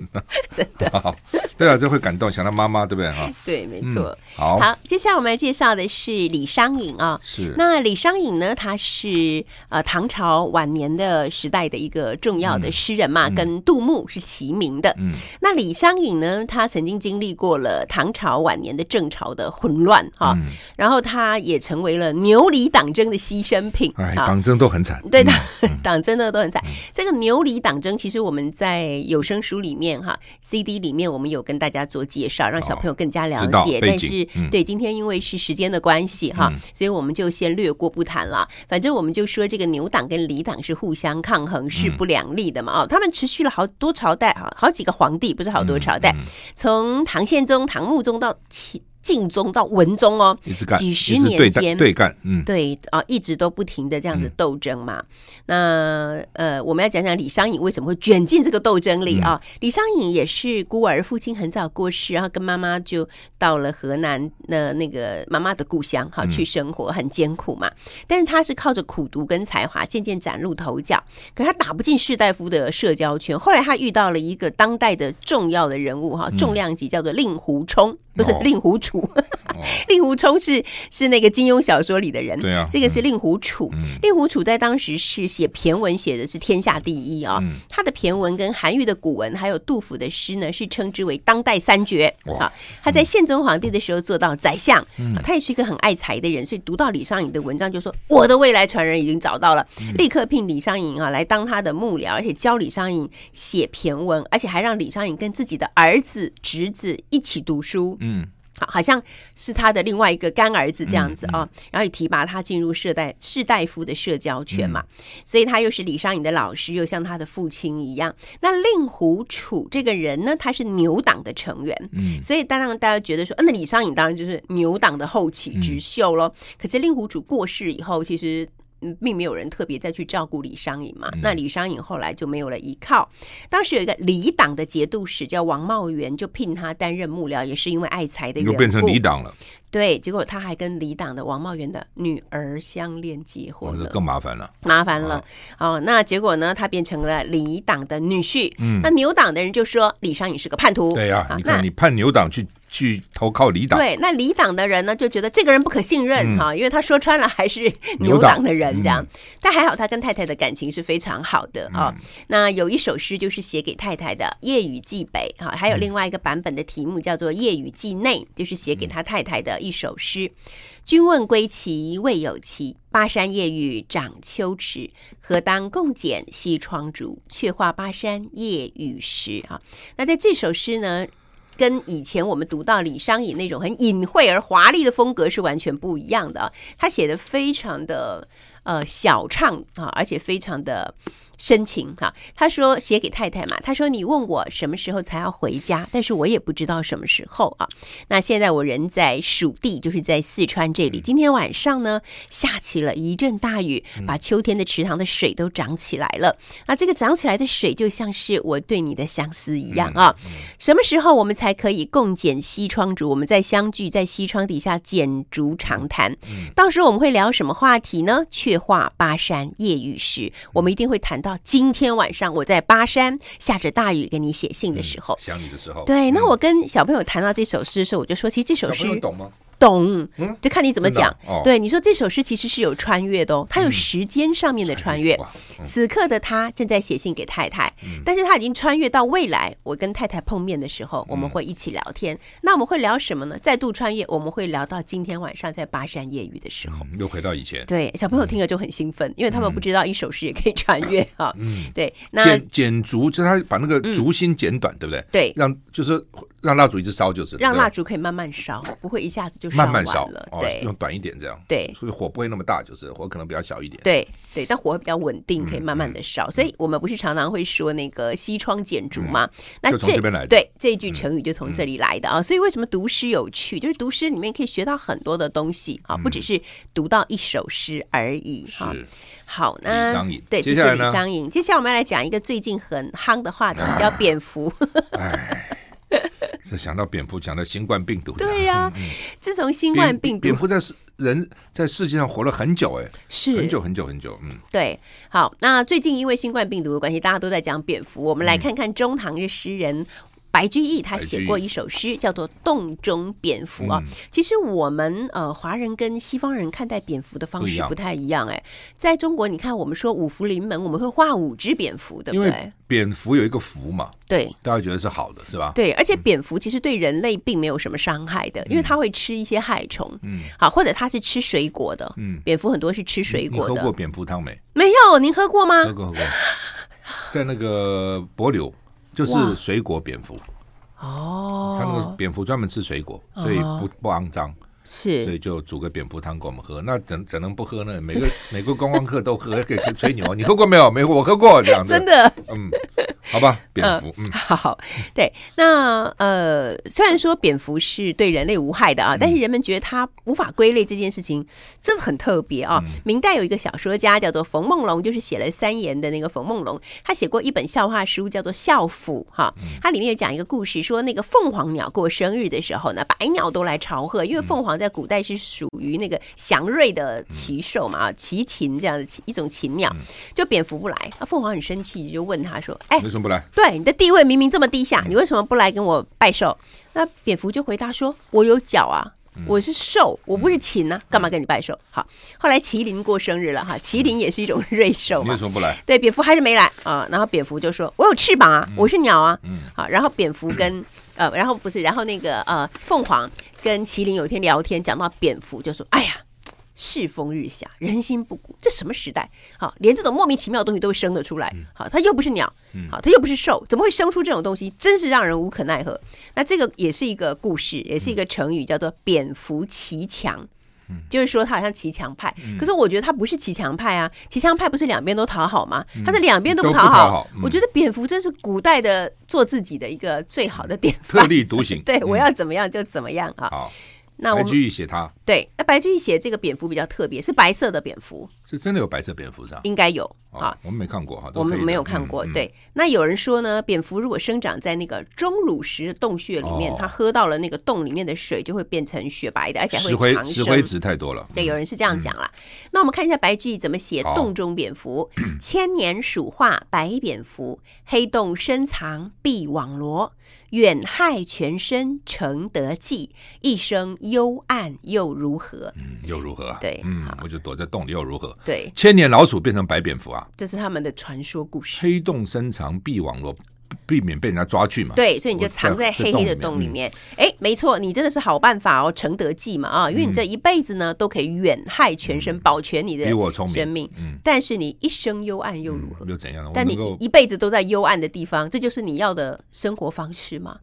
Speaker 2: 真的，
Speaker 1: 好 [laughs] 对啊，这会感动，想到妈妈，对不对？哈，
Speaker 2: 对，没
Speaker 1: 嗯
Speaker 2: 错。
Speaker 1: 好，
Speaker 2: 好，接下来我们要介绍的是李商隐啊、
Speaker 1: 是
Speaker 2: 那李商隐呢，他是呃唐朝晚年的时代的一个重要的诗人嘛，跟杜牧是齐名的。
Speaker 1: 嗯
Speaker 2: 那李商隐呢，他曾经经历过了唐朝晚年的政朝的混乱哈、
Speaker 1: 嗯
Speaker 2: 然后他也成为了牛李党争的牺牲品啊
Speaker 1: 哎，党争都很惨。
Speaker 2: 对
Speaker 1: 嗯
Speaker 2: 党 [laughs] 党争的都很惨。这个牛李党争，其实我们在有声书里面哈，CD 里面我们有跟大家做介绍，让小朋友更加了
Speaker 1: 哦知道
Speaker 2: 解。
Speaker 1: 背
Speaker 2: 但
Speaker 1: 景
Speaker 2: 是
Speaker 1: 嗯
Speaker 2: 对今天因为是时间的关系哈
Speaker 1: 嗯，
Speaker 2: 所以我们就先略过不谈了。反正我们就说这个牛党跟李党是互相抗衡、势不两立的嘛。哦，他们持续了好
Speaker 1: 嗯
Speaker 2: 多朝代哈，好几个皇帝，不是好多朝代，从唐宪宗、唐穆宗到乾晋宗到文宗哦，
Speaker 1: 一直干，
Speaker 2: 几十
Speaker 1: 一直
Speaker 2: 年
Speaker 1: 对
Speaker 2: 间
Speaker 1: 干对干，嗯，
Speaker 2: 对啊、一直都不停的这样子
Speaker 1: 嗯
Speaker 2: 斗争嘛。那呃，我们要讲讲李商隐为什么会卷进这个斗争
Speaker 1: 嗯
Speaker 2: 里啊？李商隐也是孤儿，父亲很早过世，然后跟妈妈就到了河南的那个妈妈的故乡哈、
Speaker 1: 嗯
Speaker 2: 去生活，很艰苦嘛。但是他是靠着苦读跟才华，渐渐崭露头角。可他打不进士大夫的社交圈，后来他遇到了一个当代的重要的人物哈、重量级叫做令狐冲，不是
Speaker 1: 嗯哦
Speaker 2: 令狐楚。
Speaker 1: 哦，
Speaker 2: [laughs] 令狐冲是是那个金庸小说里的人，
Speaker 1: 对啊
Speaker 2: 这个是令狐楚。
Speaker 1: 嗯
Speaker 2: 令狐楚在当时是写骈文，写的是天下第一啊、
Speaker 1: 嗯
Speaker 2: 他的骈文跟韩愈的古文，还有杜甫的诗呢，是称之为当代三绝
Speaker 1: 哇嗯
Speaker 2: 啊。他在宪宗皇帝的时候做到宰相，啊他也是一个很爱才的人，所以读到李商隐的文章，就说我的未来传人已经找到了，
Speaker 1: 嗯
Speaker 2: 立刻聘李商隐啊来当他的幕僚，而且教李商隐写骈文，而且还让李商隐跟自己的儿子、侄子一起读书。
Speaker 1: 嗯，
Speaker 2: 好，好像是他的另外一个干儿子这样子啊、然后也提拔他进入士大士大夫的社交圈嘛，所以他又是李商隐的老师，又像他的父亲一样。那令狐楚这个人呢，他是牛党的成员，
Speaker 1: 嗯
Speaker 2: 所以当然大家觉得说，嗯、那李商隐当然就是牛党的后起
Speaker 1: 嗯
Speaker 2: 之秀喽。可是令狐楚过世以后，其实。嗯并没有人特别再去照顾李商隐嘛，
Speaker 1: 嗯
Speaker 2: 那李商隐后来就没有了依靠。当时有一个李党的节度使叫王茂元，就聘他担任幕僚，也是因为爱才的缘
Speaker 1: 又
Speaker 2: 故。
Speaker 1: 变成离党了，
Speaker 2: 对，结果他还跟李党的王茂元的女儿相恋结
Speaker 1: 我
Speaker 2: 婚
Speaker 1: 这
Speaker 2: 了，
Speaker 1: 哦更麻啊烦了，
Speaker 2: 麻烦了。哦，那结果呢，他变成了李党的女婿。
Speaker 1: 嗯
Speaker 2: 那牛党的人就说李商隐是个叛徒。
Speaker 1: 对呀
Speaker 2: 啊，
Speaker 1: 你
Speaker 2: 那
Speaker 1: 看你叛牛党去去投靠离党，
Speaker 2: 对，那李党的人呢就觉得这个人不可信任
Speaker 1: 嗯
Speaker 2: 哈、因为他说穿了还是
Speaker 1: 牛
Speaker 2: 牛
Speaker 1: 党
Speaker 2: 党的人这样。但还好他跟太太的感情是非常好的啊、那有一首诗就是写给太太的《夜雨寄北》哈、还有另外一个版本的题目叫做《夜雨寄内》，就是写给他太太的一首诗。君问归期未有期，巴山夜雨涨秋池。何当共剪西窗烛，却话巴山夜雨时。哈、那在这首诗呢，跟以前我们读到李商隐那种很隐晦而华丽的风格是完全不一样的啊。他写的非常的呃小畅啊，而且非常的深情哈、他说写给太太嘛，他说你问我什么时候才要回家，但是我也不知道什么时候啊。那现在我人在蜀地，就是在四川这里。今天晚上呢，下起了一阵大雨，把秋天的池塘的水都涨起来了。那这个涨起来的水，就像是我对你的相思一样啊。什么时候我们才可以共剪西窗烛？我们再相聚在西窗底下剪烛长谈。
Speaker 1: 嗯
Speaker 2: 到时候我们会聊什么话题呢？却话巴山夜雨时，
Speaker 1: 嗯
Speaker 2: 我们一定会谈到今天晚上我在巴山下着大雨给你写信的时候。
Speaker 1: 嗯想你的时候，
Speaker 2: 对，那
Speaker 1: 嗯
Speaker 2: 我跟小朋友谈到这首诗的时候，我就说，其实这首
Speaker 1: 小朋友
Speaker 2: 诗
Speaker 1: 懂吗？
Speaker 2: 懂
Speaker 1: 嗯，
Speaker 2: 就看你怎么
Speaker 1: 真的
Speaker 2: 讲
Speaker 1: 啊。哦嗯
Speaker 2: 对，你说这首诗其实是有穿越的哦，它有时间上面的穿越。
Speaker 1: 哇，嗯
Speaker 2: 此刻的他正在写信给太太，但是他已经穿越到未来。我跟太太碰面的时候，我
Speaker 1: 嗯
Speaker 2: 们会一起聊天。那我们会聊什么呢？再度穿越，我们会聊到今天晚上在巴山夜雨的时候。
Speaker 1: 嗯又回到以前，
Speaker 2: 对，小朋
Speaker 1: 嗯
Speaker 2: 友听了就很兴奋，因为他们不知道一首诗也可以穿
Speaker 1: [laughs]
Speaker 2: 越啊。
Speaker 1: 嗯
Speaker 2: 对，那嗯
Speaker 1: 剪剪烛，就是他把那个烛芯剪短，对不对？
Speaker 2: 对，
Speaker 1: 让就是让蜡烛一直烧就是了，
Speaker 2: 让
Speaker 1: 对吧
Speaker 2: 蜡烛可以慢慢烧，不会一下子就烧
Speaker 1: 慢
Speaker 2: 完
Speaker 1: 慢烧
Speaker 2: 了。，
Speaker 1: 哦
Speaker 2: 对，
Speaker 1: 用短一点这样，
Speaker 2: 对
Speaker 1: 所以火不会那么大，就是火可能比较小一点，
Speaker 2: 对对，但火会比较稳定，可以慢慢的
Speaker 1: 嗯
Speaker 2: 烧。所以我们不是常常会说那个西窗剪烛嘛？那
Speaker 1: 嗯就从这边来的嗯
Speaker 2: 对这一句成语就从这里来的啊。所以为什么读诗有趣？就是读诗里面可以学到很多的东西啊，不只是读到一首诗而已哈。
Speaker 1: 嗯是
Speaker 2: 好，那
Speaker 1: 李商隐
Speaker 2: 对，
Speaker 1: 接
Speaker 2: 这
Speaker 1: 下来
Speaker 2: 是李
Speaker 1: 呢啊
Speaker 2: 商隐。接下来我们要来讲一个最近很夯的话题，叫
Speaker 1: [laughs]
Speaker 2: 蝙蝠。
Speaker 1: 哎这想到蝙蝠，想到新冠病毒，
Speaker 2: 对呀、自从新
Speaker 1: 新
Speaker 2: 冠病
Speaker 1: 嗯蝙
Speaker 2: 毒
Speaker 1: 蝠在世人在世界上活了很久，哎，
Speaker 2: 是
Speaker 1: 很久很久很久，嗯，
Speaker 2: 对，好，那最近因为新冠病毒的关系，大家都在讲蝙蝠，我们来看看中唐的诗人。白居易
Speaker 1: 嗯
Speaker 2: 他
Speaker 1: 白居
Speaker 2: 写
Speaker 1: 易嗯
Speaker 2: 过一首诗，叫做《洞中蝙蝠》啊。其实我们呃华人跟西方人看待蝙蝠的方
Speaker 1: 不一
Speaker 2: 式
Speaker 1: 样
Speaker 2: 不太一样哎、在中国，你看我们说五福临门，我们会画五只蝙蝠，对
Speaker 1: 因
Speaker 2: 不
Speaker 1: 为
Speaker 2: 对？
Speaker 1: 蝙蝠有一个福嘛，
Speaker 2: 对
Speaker 1: 大家觉得是好的，是吧？
Speaker 2: 对，而且蝙蝠其实对人类并没有什么伤害的，因为它会吃一些害虫，
Speaker 1: 嗯，
Speaker 2: 好，或者它是吃水果的。
Speaker 1: 嗯，
Speaker 2: 蝙蝠很多是吃水
Speaker 1: 你
Speaker 2: 果
Speaker 1: 喝过
Speaker 2: 的，啊
Speaker 1: 蝙蝠汤没？
Speaker 2: 没有？您喝过吗？
Speaker 1: 喝过喝过，在那个柏柳。就是
Speaker 2: 哇
Speaker 1: 水果蝙蝠，
Speaker 2: 哦，
Speaker 1: 它那个蝙蝠专门吃水果，所以不不肮脏。
Speaker 2: 是
Speaker 1: 所以就煮个蝙蝠汤给我们喝。那怎怎能不喝呢？每个每个观光客都喝，可以可以吹牛。你喝过没有？没喝，我喝过这样子。
Speaker 2: 真，的
Speaker 1: 嗯，好吧，蝙蝠，嗯，
Speaker 2: [laughs] 好，对，那呃，虽然说蝙蝠是对人类无害的啊，但是人们觉得它无法归类这件事情真的很特别啊。明代有一个小说家叫做冯梦龙，就是写了三言的那个冯梦龙，他写过一本笑话书叫做《笑府》哈，它里面有讲一个故事，说那个凤凰鸟过生日的时候呢，百鸟都来朝贺，因为凤凰在古代是属于那个祥瑞的奇兽嘛啊，奇禽这样的一种禽鸟，就蝙蝠不来，那凤凰很生气，就问他说：“哎，
Speaker 1: 为什么不来？
Speaker 2: 对，你的地位明明这么低下，你为什么不来跟我拜寿？那蝙蝠就回答说：“我有脚啊，我是兽，我不是禽啊，干嘛跟你拜寿？”好，后来麒麟过生日了哈，麒麟也是一种 [laughs] 瑞兽
Speaker 1: 你为
Speaker 2: 嘛
Speaker 1: 什。么不来？
Speaker 2: 对，蝙蝠还是没来啊、然后蝙蝠就说：“我有翅膀啊，我是鸟啊。
Speaker 1: 嗯
Speaker 2: 好，然后蝙蝠
Speaker 1: [coughs]
Speaker 2: 跟呃，然后不是，然后那个呃，凤凰跟麒麟有一天聊天，讲到蝙蝠，就说：“哎呀，世风日下，人心不古，这什么时代？好，连这种莫名其妙的东西都会生得出来。
Speaker 1: 嗯
Speaker 2: 好，它又不是鸟，好，它又不是兽，怎么会生出这种东西？真是让人无可奈何。那这个也是一个故事，
Speaker 1: 嗯
Speaker 2: 也是一个成语，叫做“蝙蝠骑墙”。
Speaker 1: 嗯
Speaker 2: 就是说他好像骑墙派，可是我觉得他不是骑墙派啊，骑墙派不是两边都讨好吗？他是两边都不
Speaker 1: 都不
Speaker 2: 讨
Speaker 1: 讨好嗯
Speaker 2: 我觉得蝙蝠真是古代的做自己的一个最好的典
Speaker 1: 特
Speaker 2: 范。
Speaker 1: 立独行。
Speaker 2: [laughs] 对，我
Speaker 1: 嗯
Speaker 2: 要怎么样就怎么样啊。
Speaker 1: 好，
Speaker 2: 那我
Speaker 1: 白
Speaker 2: 们
Speaker 1: 居易写他
Speaker 2: 对，那白居易写这个蝙蝠比较特别，是白色的蝙蝠，
Speaker 1: 是真的有白色蝙蝠是吧？
Speaker 2: 应该有啊
Speaker 1: 哦，，我们没看过哈，都
Speaker 2: 我们
Speaker 1: 黑的
Speaker 2: 没有看过。，
Speaker 1: 嗯
Speaker 2: 对，那有人说呢，蝙蝠如果生长在那个钟乳石洞穴里面
Speaker 1: 哦，
Speaker 2: 它喝到了那个洞里面的水，就会变成雪白的，而
Speaker 1: 嗯
Speaker 2: 且还
Speaker 1: 石
Speaker 2: 会
Speaker 1: 灰
Speaker 2: 长
Speaker 1: 石灰
Speaker 2: 生。
Speaker 1: 质太多了。嗯
Speaker 2: 对，有人是这样讲啦。那我们看一下白居易怎么写
Speaker 1: 好
Speaker 2: 洞中蝙蝠：
Speaker 1: [clears throat]
Speaker 2: 千年鼠化白蝙蝠，黑洞深藏避网罗。远害全身诚得计，一生幽暗又如何？
Speaker 1: 嗯又如何啊？
Speaker 2: 对
Speaker 1: 嗯
Speaker 2: 好，
Speaker 1: 我就躲在洞里又如何？
Speaker 2: 对，
Speaker 1: 千年老鼠变成白蝙蝠啊，
Speaker 2: 这是他们的传说故事。
Speaker 1: 黑洞深藏避网罗，避免被人家抓去嘛。
Speaker 2: 对，所以你
Speaker 1: 我
Speaker 2: 就藏在
Speaker 1: 在
Speaker 2: 黑黑的
Speaker 1: 洞
Speaker 2: 洞
Speaker 1: 里
Speaker 2: 里
Speaker 1: 面嗯
Speaker 2: 面。哎、没错，你真的是好办法哦，承德计嘛啊，因为你这一辈子呢都可以远害全身，保全你的
Speaker 1: 比我聪明
Speaker 2: 生命。
Speaker 1: 嗯
Speaker 2: 但是你一生幽暗又如何？
Speaker 1: 又怎样呢？我
Speaker 2: 但你
Speaker 1: 能够
Speaker 2: 一一辈子都在幽暗的地方，这就是你要的生活方式吗？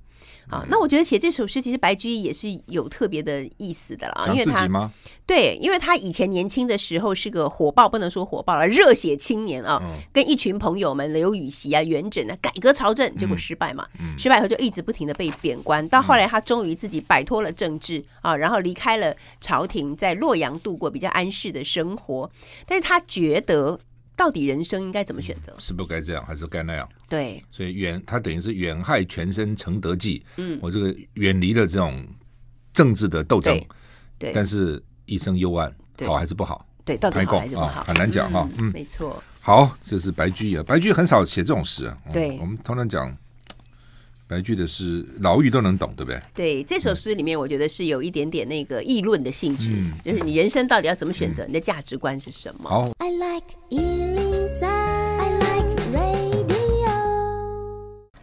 Speaker 2: 啊，
Speaker 1: 嗯
Speaker 2: 那我觉得写这首诗，其实白居易也是有特别的意思的了啊，
Speaker 1: 讲
Speaker 2: 因为
Speaker 1: 自己
Speaker 2: 他
Speaker 1: 吗？
Speaker 2: 对，因为他以前年轻的时候是个火爆，不能说火爆了，热血青年啊，
Speaker 1: 嗯
Speaker 2: 跟一群朋友们刘禹锡啊、元稹啊改革朝政，结果失败嘛，
Speaker 1: 嗯
Speaker 2: 失败以后就一直不停的被贬官，到后来他终于自己摆脱了政治啊，然后离开了朝廷，在洛阳度过比较安适的生活，但是他觉得到底人生应该怎么选择？
Speaker 1: 是不是该这样，还是该那样？
Speaker 2: 对，
Speaker 1: 所以远，他等于是远害全身成德计。
Speaker 2: 嗯
Speaker 1: 我这个远离了这种政治的斗争
Speaker 2: 对，对
Speaker 1: 但是一生幽暗，
Speaker 2: 对
Speaker 1: 好还是不好？
Speaker 2: 对，到底
Speaker 1: 开
Speaker 2: 好
Speaker 1: 供
Speaker 2: 还是不好
Speaker 1: 啊，很难讲哈嗯
Speaker 2: 没错，
Speaker 1: 好，这是白居易啊，白居易很少写这种诗啊。嗯
Speaker 2: 对
Speaker 1: 我们通常讲白居易的诗，老妪都能懂，对不对？
Speaker 2: 对这首诗里面，我觉得是有一点点那个议论的性质，
Speaker 1: 嗯
Speaker 2: 就是你人生到底要怎么选择，你的价值观是什么？
Speaker 1: 好，
Speaker 3: I like Ealing Sound. I like radio.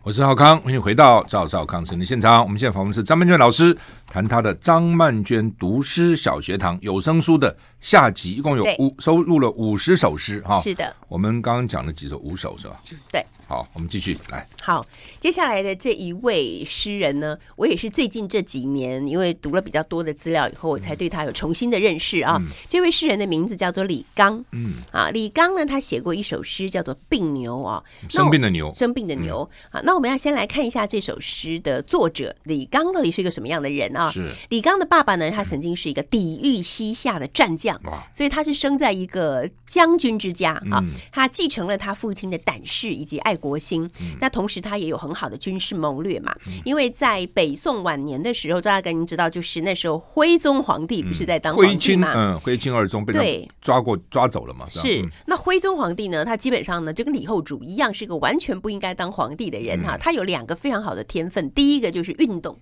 Speaker 1: 我是浩康，欢迎回到赵少康生的现场。我们现在访问是张曼娟老师，谈她的张曼娟读诗小学堂有声书的下集，一共有
Speaker 2: 对
Speaker 1: 五收录了五十首诗哈。
Speaker 2: 是的，
Speaker 1: 我们刚刚讲了几首，五首是吧？
Speaker 2: 对。
Speaker 1: 好，我们继续来。
Speaker 2: 好，接下来的这一位诗人呢，我也是最近这几年，因为读了比较多的资料以后，我才对他有重新的认识啊。这位诗人的名字叫做李刚，
Speaker 1: 嗯，
Speaker 2: 啊，李刚呢，他写过一首诗叫做《病牛》啊，那
Speaker 1: 生
Speaker 2: 我
Speaker 1: 病的牛，嗯
Speaker 2: 生病的牛、啊。那我们要先来看一下这首诗的作者李刚到底是一个什么样的人啊？
Speaker 1: 是
Speaker 2: 李刚的爸爸呢，
Speaker 1: 嗯
Speaker 2: 他曾经是一个抵御西夏的战将。
Speaker 1: 哇，
Speaker 2: 所以他是生在一个将军之家啊
Speaker 1: 嗯，
Speaker 2: 他继承了他父亲的胆识以及爱国心。
Speaker 1: 嗯
Speaker 2: 那同时他也有很好的军事谋略嘛，因为在北宋晚年的时候，大家您知道，就是那时候徽宗皇帝不是在当
Speaker 1: 徽
Speaker 2: 皇帝
Speaker 1: 钦，
Speaker 2: 嘛，
Speaker 1: 嗯，徽钦二宗被
Speaker 2: 对
Speaker 1: 他抓过抓走了嘛？吧嗯
Speaker 2: 是，那徽宗皇帝呢？他基本上呢，就跟李后主一样，是个完全不应该当皇帝的人
Speaker 1: 嗯
Speaker 2: 哈、他有两个非常好的天分，第一个就是运动，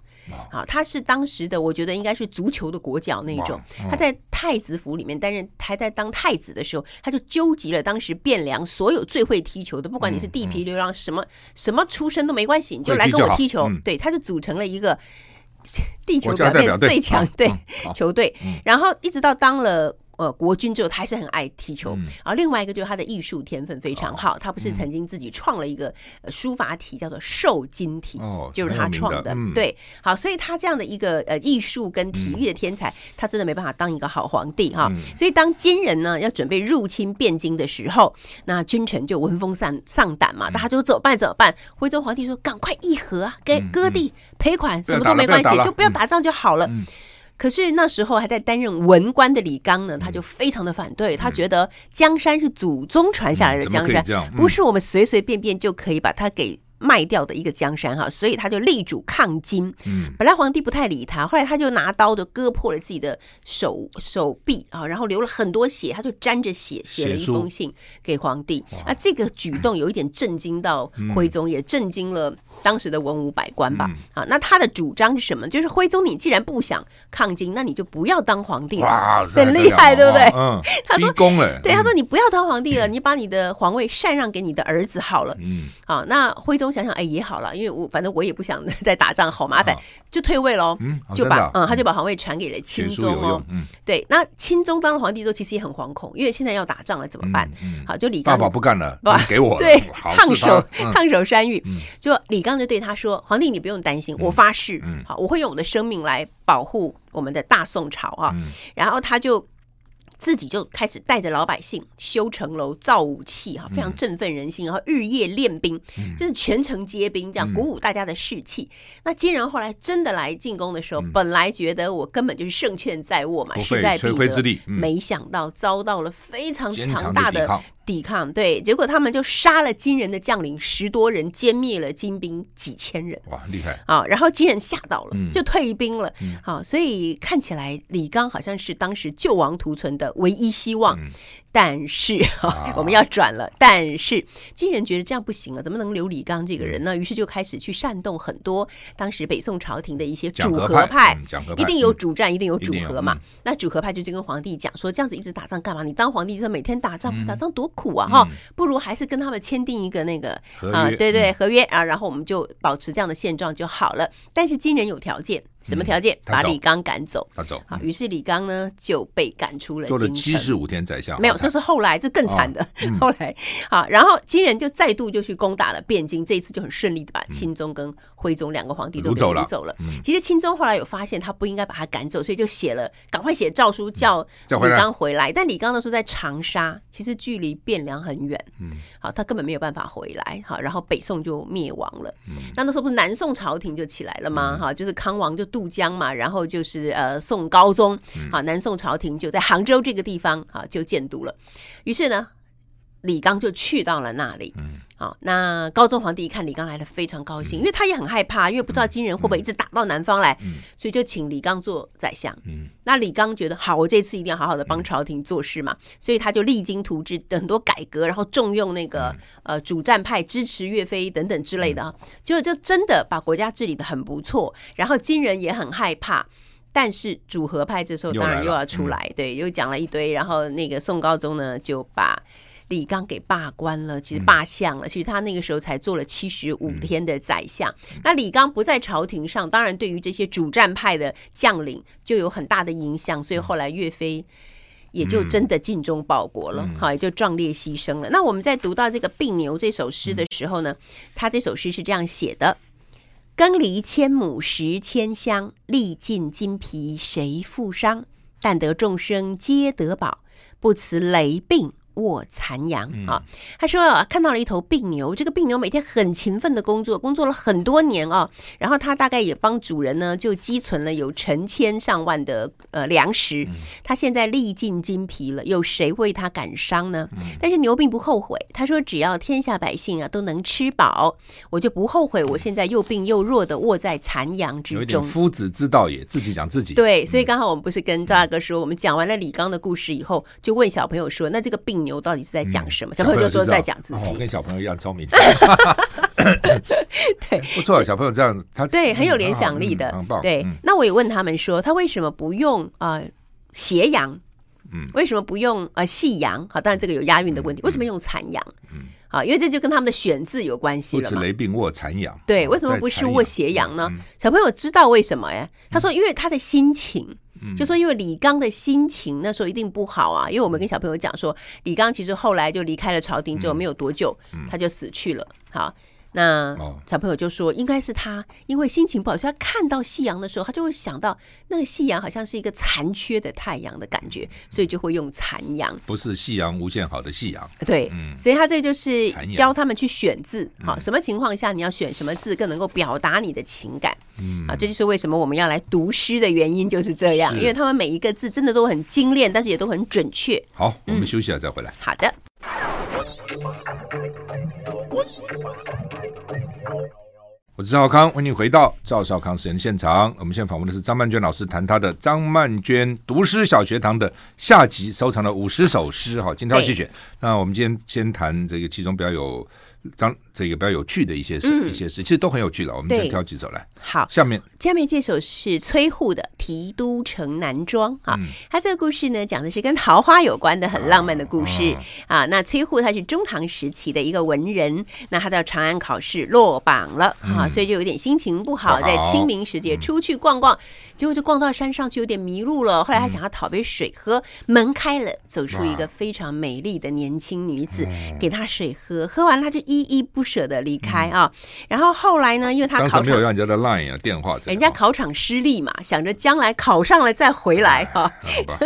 Speaker 2: 啊，他是当时的，我觉得应该是足球的国脚那一种。
Speaker 1: 嗯
Speaker 2: 他在太子府里面担任，还在当太子的时候，他就纠集了当时汴梁所有最会踢球的，不管你是地痞流浪，什么什么出身都没关系，你就
Speaker 1: 嗯会
Speaker 2: 来
Speaker 1: 踢
Speaker 2: 跟
Speaker 1: 就
Speaker 2: 我
Speaker 1: 好
Speaker 2: 踢球
Speaker 1: 嗯。
Speaker 2: 对，他就组成了一
Speaker 1: [laughs]
Speaker 2: 个地球
Speaker 1: 国家
Speaker 2: 表
Speaker 1: 代表
Speaker 2: 面
Speaker 1: 队
Speaker 2: 最强
Speaker 1: 好
Speaker 2: 对 [laughs]
Speaker 1: 嗯好
Speaker 2: 球队，然后一直到当了呃国军之后，他还是很爱踢球。
Speaker 1: 嗯哦
Speaker 2: 然后另外一个就是他的艺术天分非常好，他不是曾经自己创了一个呃书法体叫做瘦金体，
Speaker 1: 哦
Speaker 2: 就是他创
Speaker 1: 很有名的嗯
Speaker 2: 对，好，所以他这样的一个呃艺术跟体育的天才，他真的没办法当一个好皇帝哈。
Speaker 1: 嗯
Speaker 2: 所以当金人呢要准备入侵汴京的时候，那君臣就闻风丧丧胆
Speaker 1: 嗯
Speaker 2: 嘛，大家就怎么办？怎么办？徽州皇帝说：“赶快议和啊，给割地赔款，什么都没关
Speaker 1: 嗯不要打
Speaker 2: 系，
Speaker 1: 了嗯
Speaker 2: 就不要打仗就好了。”可是那时候还在担任文官的李纲呢，他
Speaker 1: 嗯
Speaker 2: 就非常的反对，他觉得江山是祖宗传下来的
Speaker 1: 嗯怎么
Speaker 2: 江
Speaker 1: 可以
Speaker 2: 山
Speaker 1: 这样，嗯
Speaker 2: 不是我们随随便便就可以把它给卖掉的一个江山哈，所以他就力主抗金。 [laughs]
Speaker 1: 嗯
Speaker 2: 本来皇帝不太理他，后来他就拿刀就割破了自己的手手臂啊，然后流了很多血，他就沾着血写了一
Speaker 1: 血书
Speaker 2: 封信给皇帝。啊，这个举动有一点震惊到
Speaker 1: 嗯
Speaker 2: 徽宗，也震惊了当时的文武百官吧。
Speaker 1: 嗯
Speaker 2: 啊，那他的主张是什么？就是徽宗，你既然不想抗金，那你就不要当皇帝
Speaker 1: 哇
Speaker 2: 了，，很厉害，对不对？
Speaker 1: 嗯，
Speaker 2: 他
Speaker 1: 逼
Speaker 2: 说
Speaker 1: 宫了，
Speaker 2: [laughs] 对，他说你不要当皇帝了，你把你的皇位禅让给你的儿子好了。
Speaker 1: 嗯，
Speaker 2: 好，那徽宗想想，哎，也好了，因为我反正我也不想 [laughs] 再打仗，好麻烦
Speaker 1: 啊，
Speaker 2: 就退位喽。
Speaker 1: 嗯哦
Speaker 2: 就
Speaker 1: 真的
Speaker 2: 把
Speaker 1: 啊
Speaker 2: 嗯，他就把皇位传给了钦
Speaker 1: 学术
Speaker 2: 宗
Speaker 1: 有
Speaker 2: 哦
Speaker 1: 用。，嗯，
Speaker 2: 对，那钦宗当了皇帝之后，其实也很惶恐，因为现在要打仗了，怎么办？
Speaker 1: 嗯，
Speaker 2: 好，就李
Speaker 1: 大
Speaker 2: 纲
Speaker 1: 宝不干
Speaker 2: [laughs]
Speaker 1: 了，
Speaker 2: 不
Speaker 1: 你给我了
Speaker 2: 对，
Speaker 1: 好
Speaker 2: [laughs] 烫
Speaker 1: 是他
Speaker 2: 手
Speaker 1: 嗯
Speaker 2: 烫手山芋。就李纲就对他说：“皇帝，你不用担心，我发誓
Speaker 1: 嗯，
Speaker 2: 好，我会用我的生命来保护我们的大宋朝啊。
Speaker 1: 嗯”
Speaker 2: 然后他就。自己就开始带着老百姓修城楼、造武器，哈，非
Speaker 1: 嗯
Speaker 2: 常振奋人心。然后日夜练兵，真的全城皆兵，这
Speaker 1: 嗯
Speaker 2: 样鼓舞大家的士气。那金人后来真的来进攻的时候，本来觉得我根本就是胜券在握嘛，
Speaker 1: 嗯不
Speaker 2: 势
Speaker 1: 费
Speaker 2: 在必
Speaker 1: 吹灰之
Speaker 2: 得，
Speaker 1: 力，嗯
Speaker 2: 没想到遭到了非常
Speaker 1: 坚
Speaker 2: 强
Speaker 1: 强的
Speaker 2: 大
Speaker 1: 抵
Speaker 2: 的
Speaker 1: 抗
Speaker 2: 抵抗。对，结果他们就杀了金人的将领十多人，歼灭了金兵几千人。
Speaker 1: 哇，厉害，
Speaker 2: 啊，然后金人吓到了
Speaker 1: 嗯，
Speaker 2: 就退兵了。好、所以看起来李纲好像是当时救亡图存的唯一希望。
Speaker 1: 嗯
Speaker 2: 但是、 [laughs]
Speaker 1: 啊
Speaker 2: 我们要转了。但是金人觉得这样不行啊，怎么能留李纲这个
Speaker 1: 嗯
Speaker 2: 人呢？于是就开始去煽动很多当时北宋朝廷的一些
Speaker 1: 讲
Speaker 2: 主
Speaker 1: 和
Speaker 2: 和派，
Speaker 1: 嗯讲和派
Speaker 2: 一定有
Speaker 1: 嗯
Speaker 2: 主战，一定有
Speaker 1: 一
Speaker 2: 主
Speaker 1: 定有
Speaker 2: 和嘛
Speaker 1: 嗯。
Speaker 2: 那主和派就去跟皇帝讲说，这样子一直打仗干嘛？你当皇帝就是每天打仗，
Speaker 1: 嗯
Speaker 2: 打仗多苦啊！哈，不如还是跟他们签订一个那个
Speaker 1: 合
Speaker 2: 啊，
Speaker 1: 约嗯
Speaker 2: 对对，合约啊，然后我们就保持这样的现状就好了。但是金人有条件，什么条件？
Speaker 1: 嗯他
Speaker 2: 把
Speaker 1: 走
Speaker 2: 李纲赶走。
Speaker 1: 他走，
Speaker 2: 好，
Speaker 1: 嗯
Speaker 2: 于是李纲呢就被赶出了
Speaker 1: 做了
Speaker 2: 京
Speaker 1: 七
Speaker 2: 城
Speaker 1: 十五天宰相，
Speaker 2: 没有，
Speaker 1: 好嗯
Speaker 2: 这
Speaker 1: 惨 [laughs]
Speaker 2: 是后来，这更惨
Speaker 1: 哦
Speaker 2: 的。后来，好，然后金人就再度就去攻打了汴京，这一次就很顺利的把钦宗跟徽宗两个皇帝都
Speaker 1: 掳
Speaker 2: 给
Speaker 1: 走
Speaker 2: 掳
Speaker 1: 了
Speaker 2: 走了。其实钦宗后来有发现他不应该把他赶走，所以就写了，赶快写诏书叫
Speaker 1: 叫嗯回
Speaker 2: 李
Speaker 1: 来
Speaker 2: 纲回来。但李纲那时候在长沙，其实距离汴梁很远，
Speaker 1: 嗯
Speaker 2: 好，他根本没有办法回来。好，然后北宋就灭亡了。那那时候不是南宋朝廷就起来了吗？哈、就是康王就渡江嘛，然后就是呃宋高宗，啊，南宋朝廷就在杭州这个地方啊就建都了。于是呢，李纲就去到了那里。
Speaker 1: 嗯
Speaker 2: 好，那高宗皇帝一看李纲来了，非常高兴，因为他也很害怕，因为不知道金人会不会一直打到南方来，所以就请李纲做宰相。
Speaker 1: 嗯
Speaker 2: 那李纲觉得好，我这次一定要好好的帮朝廷做事嘛，所以他就励精图治，很多改革，然后重用那
Speaker 1: 嗯
Speaker 2: 个、呃主战派支持岳飞等等之类的啊，结果就真的把国家治理的很不错，然后金人也很害怕。但是主和派这时候
Speaker 1: 又
Speaker 2: 当
Speaker 1: 来
Speaker 2: 然又
Speaker 1: 了嗯
Speaker 2: 要出来，对，又讲了一堆，然后那个宋高宗呢就把李纲给罢官了，
Speaker 1: 嗯
Speaker 2: 其实罢相了。其实他那个时候才做了七十五天的宰相。
Speaker 1: 嗯
Speaker 2: 那李纲不在朝廷上，当然对于这些主战派的将领就有很大的影响，所以
Speaker 1: 嗯
Speaker 2: 后来岳飞。也就真的尽忠报国了，好、也就壮烈牺牲了。那我们在读到这个《病牛》这首诗的时候呢，他这首诗是这样写的：耕犁千亩食千香，历尽金皮谁负伤？但得众生皆得饱，不辞累病卧残阳。
Speaker 1: 嗯
Speaker 2: 啊，他说啊，看到了一头病牛，这个病牛每天很勤奋的工作，工作了很多年啊，然后他大概也帮主人呢就积存了有成千上万的呃粮食，
Speaker 1: 嗯
Speaker 2: 他现在历尽金疲了，有谁为他感伤呢？
Speaker 1: 嗯
Speaker 2: 但是牛并不后悔，他说只要天下百姓啊都能吃饱，我就不后悔我现在又病又弱的卧在残阳
Speaker 1: 有
Speaker 2: 之
Speaker 1: 一点
Speaker 2: 中。
Speaker 1: 夫子之道也，自己讲自己，
Speaker 2: 对，所以刚好我们不是跟赵大哥说，我们讲完了李刚的故事以后，就问小朋友说，那这个病牛到底是
Speaker 1: 嗯
Speaker 2: 在讲什么？小朋友就说
Speaker 1: 知道
Speaker 2: 在讲自
Speaker 1: 哦我
Speaker 2: 己，
Speaker 1: 跟小朋友一样聪明，
Speaker 2: [laughs]
Speaker 1: [laughs]
Speaker 2: 对。
Speaker 1: 不错，啊小朋友这样，他
Speaker 2: 对，很有
Speaker 1: 嗯
Speaker 2: 联想力的
Speaker 1: 嗯，很棒，
Speaker 2: 对，
Speaker 1: 嗯
Speaker 2: 那我也问他们说，他为什么不用呃斜阳？
Speaker 1: 嗯
Speaker 2: 为什么不用呃细阳？好，当然这个有押韵的问题，为什么用残阳？啊
Speaker 1: 嗯，
Speaker 2: 好，因为这就跟他们的选字有关系
Speaker 1: 不
Speaker 2: 了
Speaker 1: 辞
Speaker 2: 嘛。
Speaker 1: 雷病卧残阳，
Speaker 2: 对，
Speaker 1: 哦
Speaker 2: 为什么
Speaker 1: 在
Speaker 2: 不是
Speaker 1: 残
Speaker 2: 卧斜阳呢？小朋友知道为什么哎？他说，因为他的心情，就说因为李刚的心情那时候一定不好啊，因为我们跟小朋友讲说，李刚其实后来就离开了朝廷之后没有多久，他就死去了。好。那
Speaker 1: 哦
Speaker 2: 小朋友就说，应该是他，因为心情不好，所以他看到夕阳的时候，他就会想到那个夕阳好像是一个残缺的太阳的感觉，所以就会用残阳。
Speaker 1: 不是夕阳无限好的夕阳，
Speaker 2: 对，
Speaker 1: 嗯
Speaker 2: 所以他这就是
Speaker 1: 残阳
Speaker 2: 教他们去选字，好、什么情况下你要选什么字更能够表达你的情感，
Speaker 1: 嗯
Speaker 2: 啊，这就是为什么我们要来读诗的原因就是这样，
Speaker 1: 是
Speaker 2: 因为他们每一个字真的都很精炼，但是也都很准确。
Speaker 1: 好，我
Speaker 2: 嗯
Speaker 1: 们休息了再回来。
Speaker 2: 好的，
Speaker 1: 我是赵少康，欢迎回到赵少康实验现场。我们现在访问的是张曼娟老师，谈她的张曼娟读诗小学堂的下集，收藏了五十首诗，哈，精挑细选。那我们今天先谈这个其中比较有张这个比较有趣的一些事、
Speaker 2: 嗯
Speaker 1: 一些事，其实都很有趣了。我们
Speaker 2: 对
Speaker 1: 就挑几首来。
Speaker 2: 好，
Speaker 1: 下面
Speaker 2: 下面这首是崔护的《提都城南庄》啊，
Speaker 1: 嗯
Speaker 2: 他这个故事呢，讲的是跟桃花有关的很浪漫的故
Speaker 1: 哦
Speaker 2: 事啊那崔护他是中唐时期的一个文人，那他到长安考试落榜了啊，所以就有点心情不
Speaker 1: 嗯
Speaker 2: 好，
Speaker 1: 不好嗯
Speaker 2: 在清明时节出去逛逛，结果就逛到山上去有点迷路了。
Speaker 1: 嗯
Speaker 2: 后来他想要讨杯水喝，门开了，走出一个非常美丽的年轻女子，
Speaker 1: 嗯
Speaker 2: 给他水喝，喝完他就依依不舍的离开啊。然后后来呢，因为他
Speaker 1: 当时
Speaker 2: 考
Speaker 1: 没
Speaker 2: 场
Speaker 1: 有让人家的 line 啊电话之类
Speaker 2: 人
Speaker 1: 的，
Speaker 2: 家考场失利嘛，想着将来考上了再回来哈、
Speaker 1: 啊好
Speaker 2: [laughs]
Speaker 1: 吧，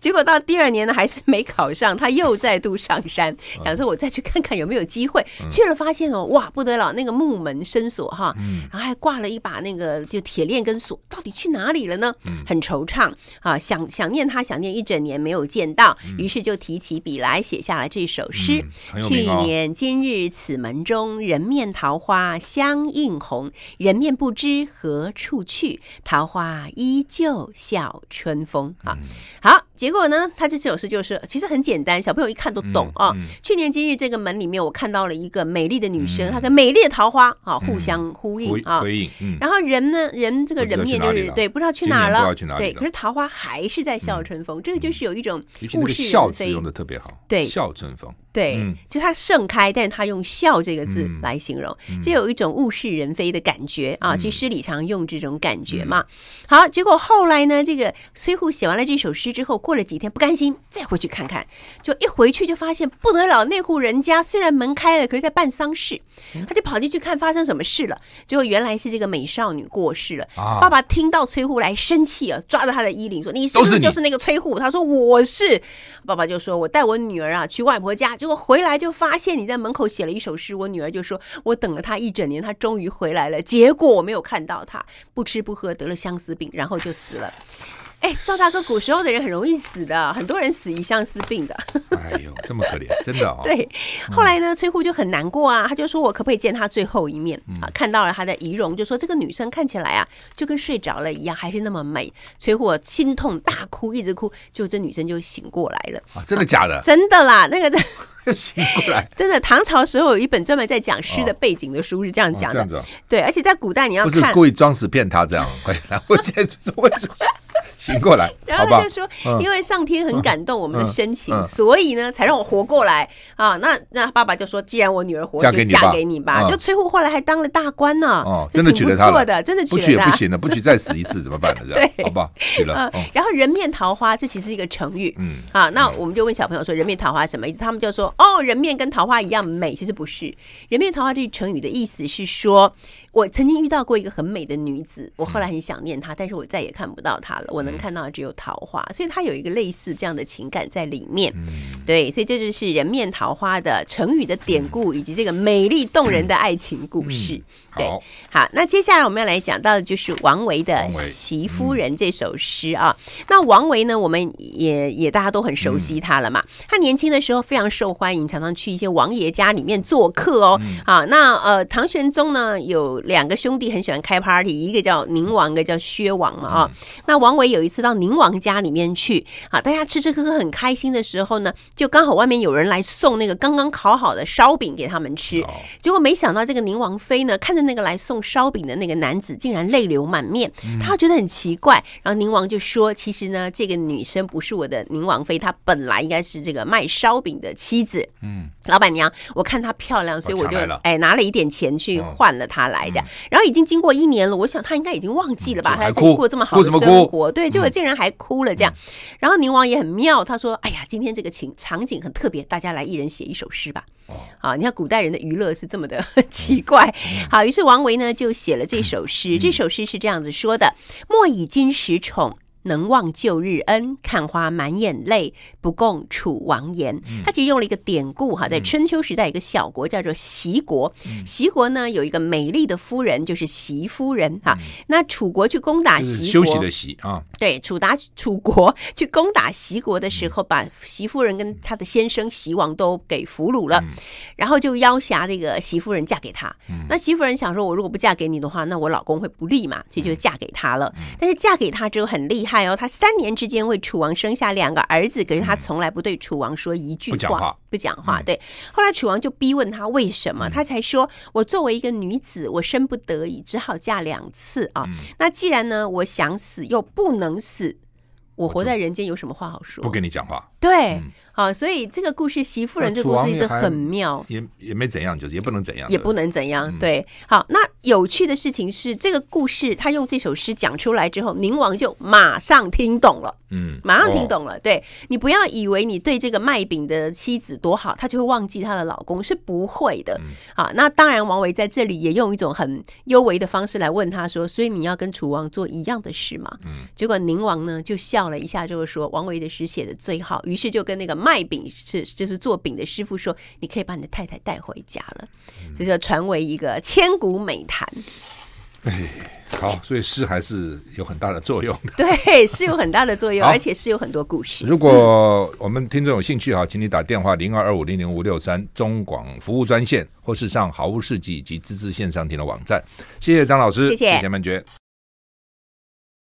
Speaker 2: 结果到第二年呢还是没考上，他又再度上山，想说我再去看看有没有机会。去了发现哦，哇不得了，那个木门深锁哈，
Speaker 1: 嗯
Speaker 2: 然后还挂了一把那个就铁链跟锁，到底去哪里了呢？很惆怅啊，想想念他，想念一整年没有见到，于是就提起笔来写下了这首诗。
Speaker 1: 嗯很有
Speaker 2: 去
Speaker 1: 名哦
Speaker 2: 年今日此门中，人面桃花相映红。人面不知何处去，桃花依旧笑春风。啊，
Speaker 1: 嗯
Speaker 2: 好，结果呢，他这首诗就是其实很简单，小朋友一看都懂啊。
Speaker 1: 嗯
Speaker 2: 去年今日这个门里面，我看到了一个美丽的女生，她跟美丽的桃花啊互相呼应
Speaker 1: 回
Speaker 2: 啊。
Speaker 1: 回应，嗯，
Speaker 2: 然后人呢，人这个
Speaker 1: 不知道
Speaker 2: 人面
Speaker 1: 去哪
Speaker 2: 就
Speaker 1: 里
Speaker 2: 是
Speaker 1: 了
Speaker 2: 对，不知道去
Speaker 1: 今
Speaker 2: 哪
Speaker 1: 年
Speaker 2: 儿
Speaker 1: 不知道
Speaker 2: 了，
Speaker 1: 去哪里了
Speaker 2: 对，
Speaker 1: 嗯
Speaker 2: 可是桃花还是在笑春风，这个就是有一种
Speaker 1: 尤其那
Speaker 2: 物
Speaker 1: 个
Speaker 2: 是
Speaker 1: 笑
Speaker 2: 人
Speaker 1: 字
Speaker 2: 非
Speaker 1: 用的特别好，
Speaker 2: 对
Speaker 1: 笑春风，
Speaker 2: 对，
Speaker 1: 嗯
Speaker 2: 就它盛开，但是它用“笑”这个字
Speaker 1: 嗯
Speaker 2: 来形容，就有一种物是人非的感觉啊。其实诗里常用这种感觉嘛。
Speaker 1: 嗯
Speaker 2: 好，结果后来呢，这个崔护写完了这首诗之后，过了几天不甘心，再回去看看，就一回去就发现不得了，那户人家虽然门开了，可是在办丧事，他就跑进去看发生什么事了。结果原来是这个美少女过世了。 [laughs]
Speaker 1: 啊
Speaker 2: 爸爸听到崔护来生气啊，抓着他的衣领说：“你是
Speaker 1: 都
Speaker 2: 不
Speaker 1: 是
Speaker 2: 是
Speaker 1: 你
Speaker 2: 就是那个崔护？”他说：“我是。”爸爸就说：“我带我女儿啊去外婆家，结果回来就发现你在门口写了一首诗。”我女儿就说：“我等了她一整年，她终于回来了，结果我没有看到她，不吃不喝得了相思病，然后就死了。”哎，赵大哥，古时候的人很容易死的，很多人死于相思病的。
Speaker 1: 哎呦，这么可怜，真的啊、哦，
Speaker 2: 对，后来呢，崔护就很难过啊，他就说我可不可以见他最后一面、
Speaker 1: 嗯
Speaker 2: 啊？看到了她的仪容，就说这个女生看起来啊，就跟睡着了一样，还是那么美。崔护心痛大哭，一直哭，就这女生就醒过来了，
Speaker 1: 啊，真的假的？
Speaker 2: 真的啦，那个真
Speaker 1: 醒过来，
Speaker 2: 真的，唐朝时候有一本专门在讲诗的
Speaker 1: 哦
Speaker 2: 背景的书是这样
Speaker 1: 哦
Speaker 2: [laughs] 讲
Speaker 1: 这
Speaker 2: 的，
Speaker 1: 样子、哦。
Speaker 2: 对，而且在古代你要
Speaker 1: 不是
Speaker 2: 看。
Speaker 1: 故意装死骗他这样， [laughs] 快然后现在就是我就醒过来，
Speaker 2: [laughs] 然
Speaker 1: 好
Speaker 2: 后
Speaker 1: 吧
Speaker 2: 他就？说，
Speaker 1: 嗯
Speaker 2: 因为上天很感动我们的深情，
Speaker 1: 嗯嗯
Speaker 2: 所以呢才让我活过来啊。那那爸爸就说，既然我女儿活，
Speaker 1: 嫁
Speaker 2: 就
Speaker 1: 给你
Speaker 2: 嫁
Speaker 1: 吧
Speaker 2: 给你吧。
Speaker 1: 嗯
Speaker 2: 就崔护后来还当了大官呢，
Speaker 1: 哦
Speaker 2: 这
Speaker 1: 真的
Speaker 2: 挺
Speaker 1: 娶了
Speaker 2: 不
Speaker 1: 她
Speaker 2: 错
Speaker 1: 了
Speaker 2: 的，真的娶
Speaker 1: 不娶也
Speaker 2: 了
Speaker 1: 不
Speaker 2: 她。
Speaker 1: 行了，不娶再死一次怎么办呢？这样，
Speaker 2: [laughs] 对
Speaker 1: 好吧？娶了
Speaker 2: 嗯，
Speaker 1: 哦，
Speaker 2: 然后人面桃花，这其实是一个成语。
Speaker 1: 嗯，
Speaker 2: 啊，那我们就问小朋友说“人面桃花”什么意思？他们就说“哦，人面跟桃花一样美”，其实不是。“人面桃花”这句成语的意思是说，我曾经遇到过一个很美的女子，我后来很想念她，但是我再也看不到她了，我能看到的只有桃花，所以它有一个类似这样的情感在里面。
Speaker 1: 嗯
Speaker 2: 对，所以这就是“人面桃花”的成语的典故，以及这个美丽动人的爱情故事。对哦
Speaker 1: 好，
Speaker 2: 好，那接下来我们要来讲到的就是王维的
Speaker 1: 王维
Speaker 2: 《媳夫人》这首诗啊。那王维呢，我们也也大家都很熟悉他了嘛。他年轻的时候非常受欢迎，常常去一些王爷家里面做客哦。
Speaker 1: 嗯
Speaker 2: 啊，那呃，唐玄宗呢有两个兄弟很喜欢开 party，一个叫宁王，一个叫薛王嘛啊。
Speaker 1: 嗯
Speaker 2: 那王维有一次到宁王家里面去啊，大家吃吃喝喝很开心的时候呢，就刚好外面有人来送那个刚刚烤好的烧饼给他们吃。
Speaker 1: 哦
Speaker 2: 结果没想到这个宁王妃呢，看着那个来送烧饼的那个男子竟然泪流满面，他觉得很奇怪。然后宁王就说：“其实呢，这个女生不是我的宁王妃，她本来应该是这个卖烧饼的妻子。”
Speaker 1: 嗯，
Speaker 2: 老板娘，我看她漂亮，所以我
Speaker 1: 哦抢
Speaker 2: 就
Speaker 1: 来了
Speaker 2: 哎拿了一点钱去
Speaker 1: 哦
Speaker 2: 换了她来这样。然后已经经过一年了，我想她应该已经忘记了吧，
Speaker 1: 嗯就
Speaker 2: 她
Speaker 1: 还
Speaker 2: 自己
Speaker 1: 哭
Speaker 2: 过这么好
Speaker 1: 哭嗯
Speaker 2: 的
Speaker 1: 什么
Speaker 2: 生
Speaker 1: 哭
Speaker 2: 活，对，结果竟然还哭了这样。然后宁王也很妙，他说：“哎呀，今天这个情场景很特别，大家来一人写一首诗吧。”
Speaker 1: 哦
Speaker 2: 啊，你看古代人的娱乐是这么的 [laughs] 奇怪。
Speaker 1: 嗯
Speaker 2: 好，于是王维呢就写了这首诗，这首诗是这样子说的：“莫以今时宠。”能忘旧日恩，看花满眼泪，不共楚王言。
Speaker 1: 嗯
Speaker 2: 他其实用了一个典故哈，在春秋时代，有一个小国叫做齐国。
Speaker 1: 嗯
Speaker 2: 齐国呢有一个美丽的夫人，就是齐夫人哈。那楚国去攻打
Speaker 1: 嗯就是
Speaker 2: 齐
Speaker 1: 休
Speaker 2: 国，
Speaker 1: 息的息啊，
Speaker 2: 对，楚 [laughs] 达楚国去攻打齐国的
Speaker 1: 嗯
Speaker 2: 时候，把席夫人跟她的先生席王都给俘虏
Speaker 1: 嗯
Speaker 2: 了，然后就要挟这个席夫人嫁给他。那席夫人想说，我如果不嫁给你的话，那我老公会不利嘛，所以就
Speaker 1: 嗯
Speaker 2: 嫁给他了。但是嫁给他之后很厉害哦，她三年之间为楚王生下两个儿子，可是她从来不对楚王说一
Speaker 1: 嗯
Speaker 2: 句
Speaker 1: 不讲话嗯
Speaker 2: 不讲话。对，后来楚王就逼问他为什么，他才说：“我作为一个女子，我生不得已，只好嫁两次啊。那既然呢，我想死又不能死，我活在人间有什么话好说
Speaker 1: 不？跟你讲话，
Speaker 2: 对，好，所以这个故事，媳妇人
Speaker 1: 那
Speaker 2: 这
Speaker 1: 楚
Speaker 2: 故
Speaker 1: 王
Speaker 2: 事一
Speaker 1: 也
Speaker 2: 直
Speaker 1: 还
Speaker 2: 很妙。”
Speaker 1: 也也没怎样，就是也不能怎样，
Speaker 2: 也
Speaker 1: 对
Speaker 2: 不能怎样。对，好，那有趣的事情是，这个故事他用这首诗讲出来之后，宁王就马上听懂了，
Speaker 1: 嗯，
Speaker 2: 马上
Speaker 1: 哦
Speaker 2: 听懂了。对你不要以为你对这个卖饼的妻子多好，她就会忘记她的老公，是不会的。
Speaker 1: 嗯
Speaker 2: 好，那当然，王维在这里也用一种很幽微的方式来问他说：“所以你要跟楚王做一样的事吗？”
Speaker 1: 嗯
Speaker 2: 结果宁王呢就笑了一下，就是说王维的诗写的最好，于是就跟那个卖饼是就是做饼的师傅说：“你可以把你的太太带回家了。”
Speaker 1: 嗯
Speaker 2: 这就传为一个千古美谈。
Speaker 1: 好，所以诗还是有很大的作用的。
Speaker 2: 对，是有很大的作用，
Speaker 1: 好
Speaker 2: 而且是有很多故事。
Speaker 1: 如果我们听众有兴趣哈，请你打电话零二二五零零五六三中广服务专线，或是上毫无世纪以及芝芝线上听的网站。谢谢张老师，
Speaker 2: 谢谢
Speaker 1: 谢曼娟。